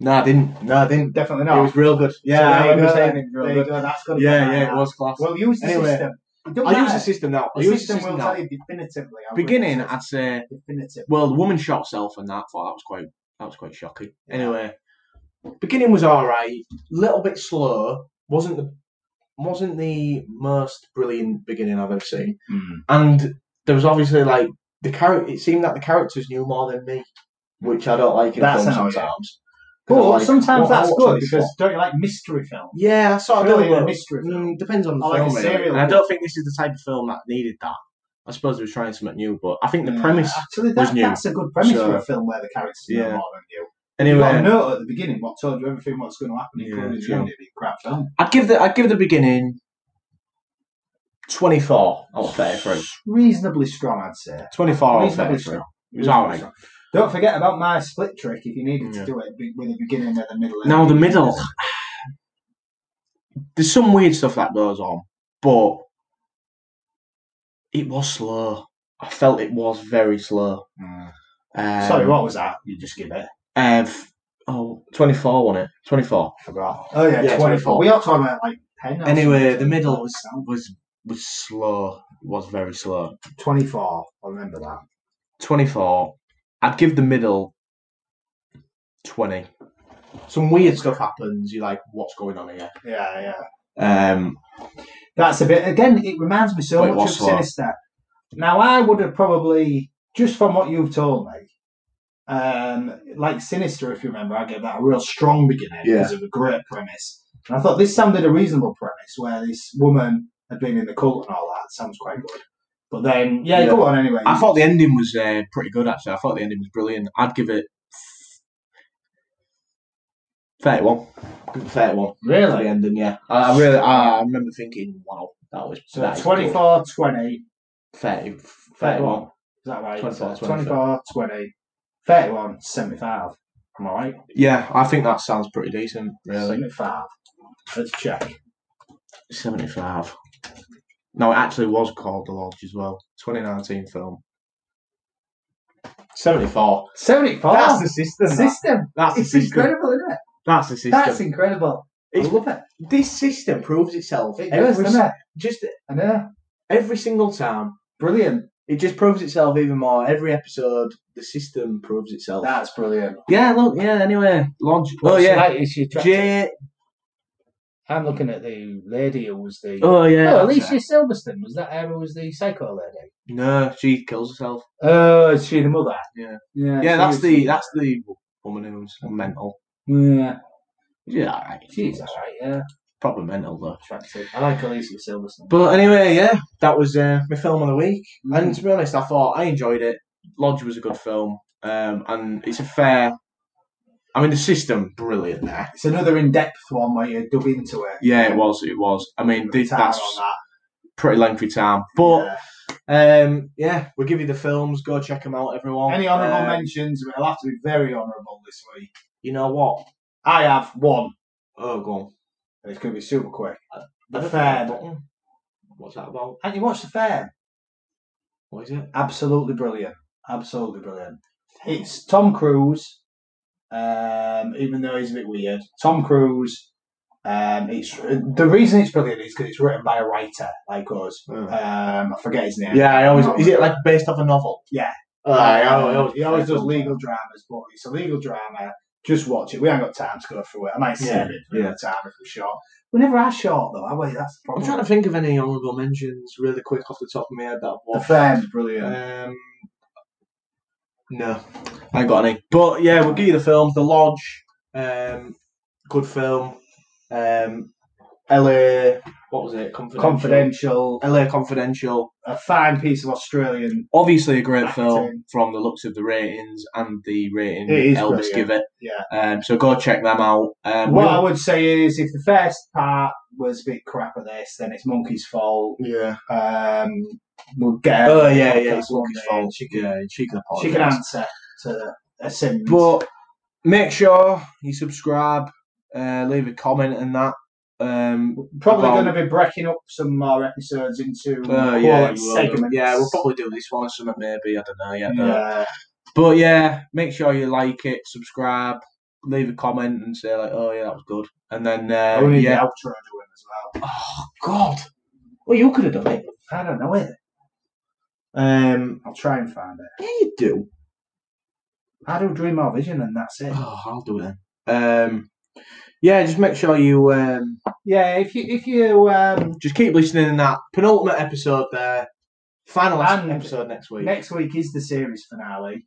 Speaker 1: No, I didn't. No, I didn't.
Speaker 2: Definitely
Speaker 1: It
Speaker 2: not.
Speaker 1: was real good. Yeah,
Speaker 2: So
Speaker 1: I
Speaker 2: there you
Speaker 1: remember
Speaker 2: go,
Speaker 1: saying
Speaker 2: then.
Speaker 1: it was
Speaker 2: There
Speaker 1: real
Speaker 2: you
Speaker 1: good.
Speaker 2: go, that's got to
Speaker 1: Yeah, yeah, it was class.
Speaker 2: Well, use the
Speaker 1: Anyway,
Speaker 2: system. It don't
Speaker 1: I use
Speaker 2: matter.
Speaker 1: the system now. I
Speaker 2: The
Speaker 1: use the
Speaker 2: system
Speaker 1: system
Speaker 2: will
Speaker 1: now.
Speaker 2: tell you definitively. I will
Speaker 1: Beginning,
Speaker 2: tell
Speaker 1: I'd say,
Speaker 2: you definitively.
Speaker 1: well, the woman shot herself, and that thought that was quite that was quite shocking. Anyway, beginning was all right. Little bit slow. wasn't the wasn't the most brilliant beginning I've ever seen. And there was obviously like the character. It seemed that the characters knew more than me, which I don't like in
Speaker 2: That's
Speaker 1: films
Speaker 2: annoying.
Speaker 1: sometimes. 'Cause
Speaker 2: But
Speaker 1: I'm like,
Speaker 2: sometimes
Speaker 1: what- I
Speaker 2: that's
Speaker 1: watch
Speaker 2: good
Speaker 1: this
Speaker 2: because
Speaker 1: for?
Speaker 2: don't you like mystery films?
Speaker 1: yeah, I sort of
Speaker 2: Really,
Speaker 1: do.
Speaker 2: a
Speaker 1: but-
Speaker 2: mystery film.
Speaker 1: Mm, depends on the
Speaker 2: I like
Speaker 1: film,
Speaker 2: a
Speaker 1: really.
Speaker 2: serial
Speaker 1: And I
Speaker 2: killer.
Speaker 1: don't think this is the type of film that needed that. I suppose it was trying something new, but I think the
Speaker 2: Yeah,
Speaker 1: premise.
Speaker 2: Actually,
Speaker 1: was
Speaker 2: that,
Speaker 1: new.
Speaker 2: that's a good premise
Speaker 1: So-
Speaker 2: for a film where the characters know
Speaker 1: Yeah.
Speaker 2: more than you. You've got a
Speaker 1: Anyway,
Speaker 2: note at the beginning what told you everything what's going to happen,
Speaker 1: Yeah,
Speaker 2: including the
Speaker 1: true.
Speaker 2: end. It'd be a crap film.
Speaker 1: I'd give the I'd give the beginning twenty four out of thirty three.
Speaker 2: Reasonably strong, I'd say.
Speaker 1: Twenty four out of
Speaker 2: Reasonably
Speaker 1: thirty three.
Speaker 2: strong.
Speaker 1: It was Oh, all right.
Speaker 2: Don't forget about my split trick if you needed
Speaker 1: Yeah.
Speaker 2: to do it be- with the beginning and the middle. and
Speaker 1: Now the
Speaker 2: end.
Speaker 1: middle. There's some weird stuff that goes on, but it was slow. I felt it was very slow.
Speaker 2: Mm.
Speaker 1: Um,
Speaker 2: Sorry, what was that? You just give it.
Speaker 1: Uh, f- oh, 24 wasn't it? 24.
Speaker 2: Forgot. Oh yeah,
Speaker 1: Yeah,
Speaker 2: 24.
Speaker 1: 24.
Speaker 2: We are talking about like 10 or
Speaker 1: Anyway,
Speaker 2: something.
Speaker 1: the middle was was was slow. It was very slow.
Speaker 2: 24. I remember that.
Speaker 1: 24. I'd give the middle 20. Some weird stuff happens. You're like, what's going on here?
Speaker 2: Yeah, yeah.
Speaker 1: Um,
Speaker 2: That's a bit. Again, it reminds me so
Speaker 1: But it
Speaker 2: much
Speaker 1: was
Speaker 2: of
Speaker 1: slow.
Speaker 2: Sinister. Now, I would have probably, just from what you've told me, um, like Sinister, if you remember, I gave that a real strong beginning
Speaker 5: Yeah.
Speaker 2: because of a great premise. And I thought this sounded a reasonable premise where this woman had been in the cult and all that. Sounds quite good. But then, yeah,
Speaker 1: Yeah.
Speaker 2: go on anyway.
Speaker 1: I thought the ending was uh, pretty good, actually. I thought the ending was brilliant. I'd give it 31. Give it 31. The
Speaker 2: really?
Speaker 1: ending, yeah. I, I really, I, I remember thinking, wow, that was
Speaker 2: So
Speaker 1: that is good.
Speaker 2: 24 20. Is
Speaker 1: 30,
Speaker 2: 31.
Speaker 1: 31.
Speaker 2: that right?
Speaker 1: 24,
Speaker 2: 24 20. 31 75. Am I right?
Speaker 1: Yeah, I think that sounds pretty decent, really.
Speaker 2: 75. Let's check.
Speaker 1: 75. No, it actually was called The Lodge as well. 2019 film. 74.
Speaker 2: 74.
Speaker 1: That's the system. that.
Speaker 2: system.
Speaker 1: That's the
Speaker 2: Ah. It's
Speaker 1: system.
Speaker 2: incredible, isn't it?
Speaker 1: That's the system.
Speaker 2: That's incredible.
Speaker 1: It's-
Speaker 2: I love it.
Speaker 1: This system proves itself.
Speaker 2: It does,
Speaker 1: every,
Speaker 2: doesn't it?
Speaker 1: just
Speaker 2: I know.
Speaker 1: every single time.
Speaker 2: Brilliant.
Speaker 1: It just proves itself even more. Every episode, the system proves itself.
Speaker 2: That's brilliant.
Speaker 1: Yeah, look, yeah, anyway. Lodge. Oh,
Speaker 2: What's the
Speaker 1: yeah.
Speaker 2: latest you tracked?
Speaker 1: J.
Speaker 2: I'm looking at the lady who was the.
Speaker 1: Oh, yeah.
Speaker 2: oh,
Speaker 1: that's
Speaker 2: Alicia
Speaker 1: it.
Speaker 2: Silverstone. Was that her who was the psycho lady?
Speaker 1: No, she kills herself.
Speaker 2: Oh, is she the mother?
Speaker 1: Yeah. Yeah,
Speaker 2: Yeah, she
Speaker 1: that's
Speaker 2: was-
Speaker 1: the that's the woman who's mental.
Speaker 2: Yeah.
Speaker 1: Yeah, alright.
Speaker 2: She's alright, yeah.
Speaker 1: Proper mental, though.
Speaker 2: Attractive. I like Alicia Silverstone.
Speaker 1: But anyway, yeah, that was uh, my film of the week. And to be honest, I thought I enjoyed it. Lodge was a good film, um, and it's a fair. I mean, the system brilliant there.
Speaker 2: It's another in depth one where you dug into it.
Speaker 1: Yeah, it was. It was. I mean, th-
Speaker 2: Time
Speaker 1: that's
Speaker 2: on that.
Speaker 1: pretty lengthy time, but yeah. um, yeah, we'll give you the films. Go check them out, everyone.
Speaker 2: Any honourable
Speaker 1: Uh,
Speaker 2: mentions? It'll have to be very honourable this week.
Speaker 1: You know what?
Speaker 2: I have one,
Speaker 1: Oh, go on.
Speaker 2: and it's going to be super quick.
Speaker 1: I
Speaker 2: The
Speaker 1: don't
Speaker 2: Fair.
Speaker 1: know what- What's that about?
Speaker 2: And you watched The Fair?
Speaker 1: What is it?
Speaker 2: Absolutely brilliant. Absolutely brilliant. It's Tom Cruise, um, even though he's a bit weird. Tom Cruise. Um, it's the reason it's brilliant is because it's written by a writer like us.
Speaker 1: Oh.
Speaker 2: Um, I forget his name.
Speaker 1: Yeah, I always. Is it like based off a novel?
Speaker 2: Yeah. Uh,
Speaker 1: Oh, I always- I always-
Speaker 2: he always does legal dramas, but it's a legal drama. Just watch it. We haven't got time to go through it. I might save
Speaker 1: Yeah,
Speaker 2: it for
Speaker 1: yeah.
Speaker 2: another time if we're short. We never are short though, are we? That's the
Speaker 1: I'm
Speaker 2: problem.
Speaker 1: trying to think of any honourable mentions really quick off the top of my head that I've
Speaker 2: The
Speaker 1: watched.
Speaker 2: Fair's brilliant.
Speaker 1: Um, no, I ain't got any. But yeah, we'll give you the films. The Lodge, um, good film. Um, LA, what was it? Confidential.
Speaker 2: Confidential,
Speaker 1: LA Confidential.
Speaker 2: a fine piece of Australian.
Speaker 1: Obviously, a great
Speaker 2: Acting.
Speaker 1: film from the looks of the ratings and the rating
Speaker 2: It is
Speaker 1: Elvis
Speaker 2: brilliant.
Speaker 1: give it.
Speaker 2: Yeah.
Speaker 1: Um, so go check them out. Um,
Speaker 2: what
Speaker 1: we'll-
Speaker 2: I would say is, if the first part was a bit crap at this, then it's Monkey's fault.
Speaker 1: yeah.
Speaker 2: Um, we'll get.
Speaker 1: Oh yeah, yeah. It's
Speaker 2: One
Speaker 1: Monkey's
Speaker 2: day,
Speaker 1: fault.
Speaker 2: She can,
Speaker 1: Yeah, she can apologise.
Speaker 2: she can answer to a Sims.
Speaker 1: But make sure you subscribe, uh, leave a comment and that. Um,
Speaker 2: probably
Speaker 1: well-
Speaker 2: going to be breaking up some more episodes into
Speaker 1: uh,
Speaker 2: quality
Speaker 1: yeah, we'll-
Speaker 2: segments.
Speaker 1: yeah, we'll probably do this one or something maybe. I don't know yet.
Speaker 2: Yeah.
Speaker 1: But yeah, make sure you like it, subscribe, leave a comment and say like, "Oh yeah, that was good," and then
Speaker 2: I
Speaker 1: uh,
Speaker 2: only
Speaker 1: yeah,
Speaker 2: the outro doing as well.
Speaker 1: oh god, well you could have done it.
Speaker 2: I don't know it.
Speaker 1: Um,
Speaker 2: I'll try and find it.
Speaker 1: yeah, you do.
Speaker 2: I do dream our vision, and that's it.
Speaker 1: Oh, I'll do it then. Um, yeah, just make sure you um,
Speaker 2: Yeah, if you if you um,
Speaker 1: just keep listening. And that penultimate episode there, final
Speaker 2: And-
Speaker 1: episode next week.
Speaker 2: next week is the series finale,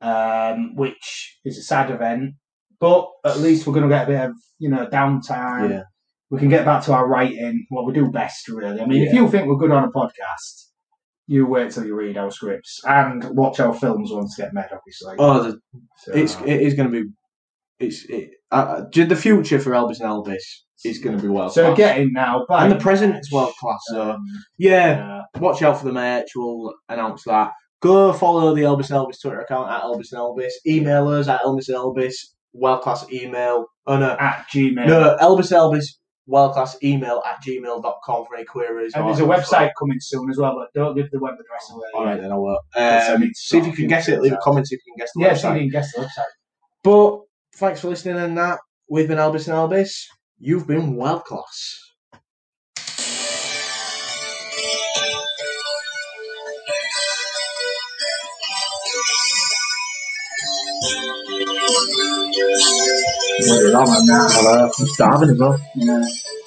Speaker 2: um, which is a sad event, but at least we're going to get a bit of you know downtime.
Speaker 1: Yeah.
Speaker 2: We can get back to our writing, what we do best, really. I mean, if
Speaker 1: Yeah.
Speaker 2: you think we're good on a podcast, you wait till you read our scripts and watch our films once they get made, obviously.
Speaker 1: Oh, the
Speaker 2: So- uh,
Speaker 1: it's it is going to be it's it, uh, uh, ju- the future for Elvis and Elvis is going to be well
Speaker 2: so
Speaker 1: class.
Speaker 2: get in now, bye.
Speaker 1: and the present is world class. So
Speaker 2: Um,
Speaker 1: yeah,
Speaker 2: yeah.
Speaker 1: watch out for the merch. We'll announce that. Go follow the Elvis and Elvis Twitter account at Elvis and Elvis. Email us at Elvis and Elvis. World class email. Oh no,
Speaker 2: uh, at Gmail.
Speaker 1: no Elvis and Elvis. World class email at gmail.com for any queries.
Speaker 2: And
Speaker 1: or-
Speaker 2: there's a website coming soon as well, but don't give the web address away.
Speaker 1: All right, then I will.
Speaker 2: I
Speaker 1: Um,
Speaker 2: need to
Speaker 1: see if
Speaker 2: sort
Speaker 1: you can
Speaker 2: a few
Speaker 1: guess it.
Speaker 2: things
Speaker 1: Leave a
Speaker 2: out.
Speaker 1: comment if you can guess the
Speaker 2: Yeah,
Speaker 1: website.
Speaker 2: so you didn't guess the website.
Speaker 1: But thanks for listening and that. We've been Albus and Albus. You've been world class.
Speaker 2: Well, I'm starving as well.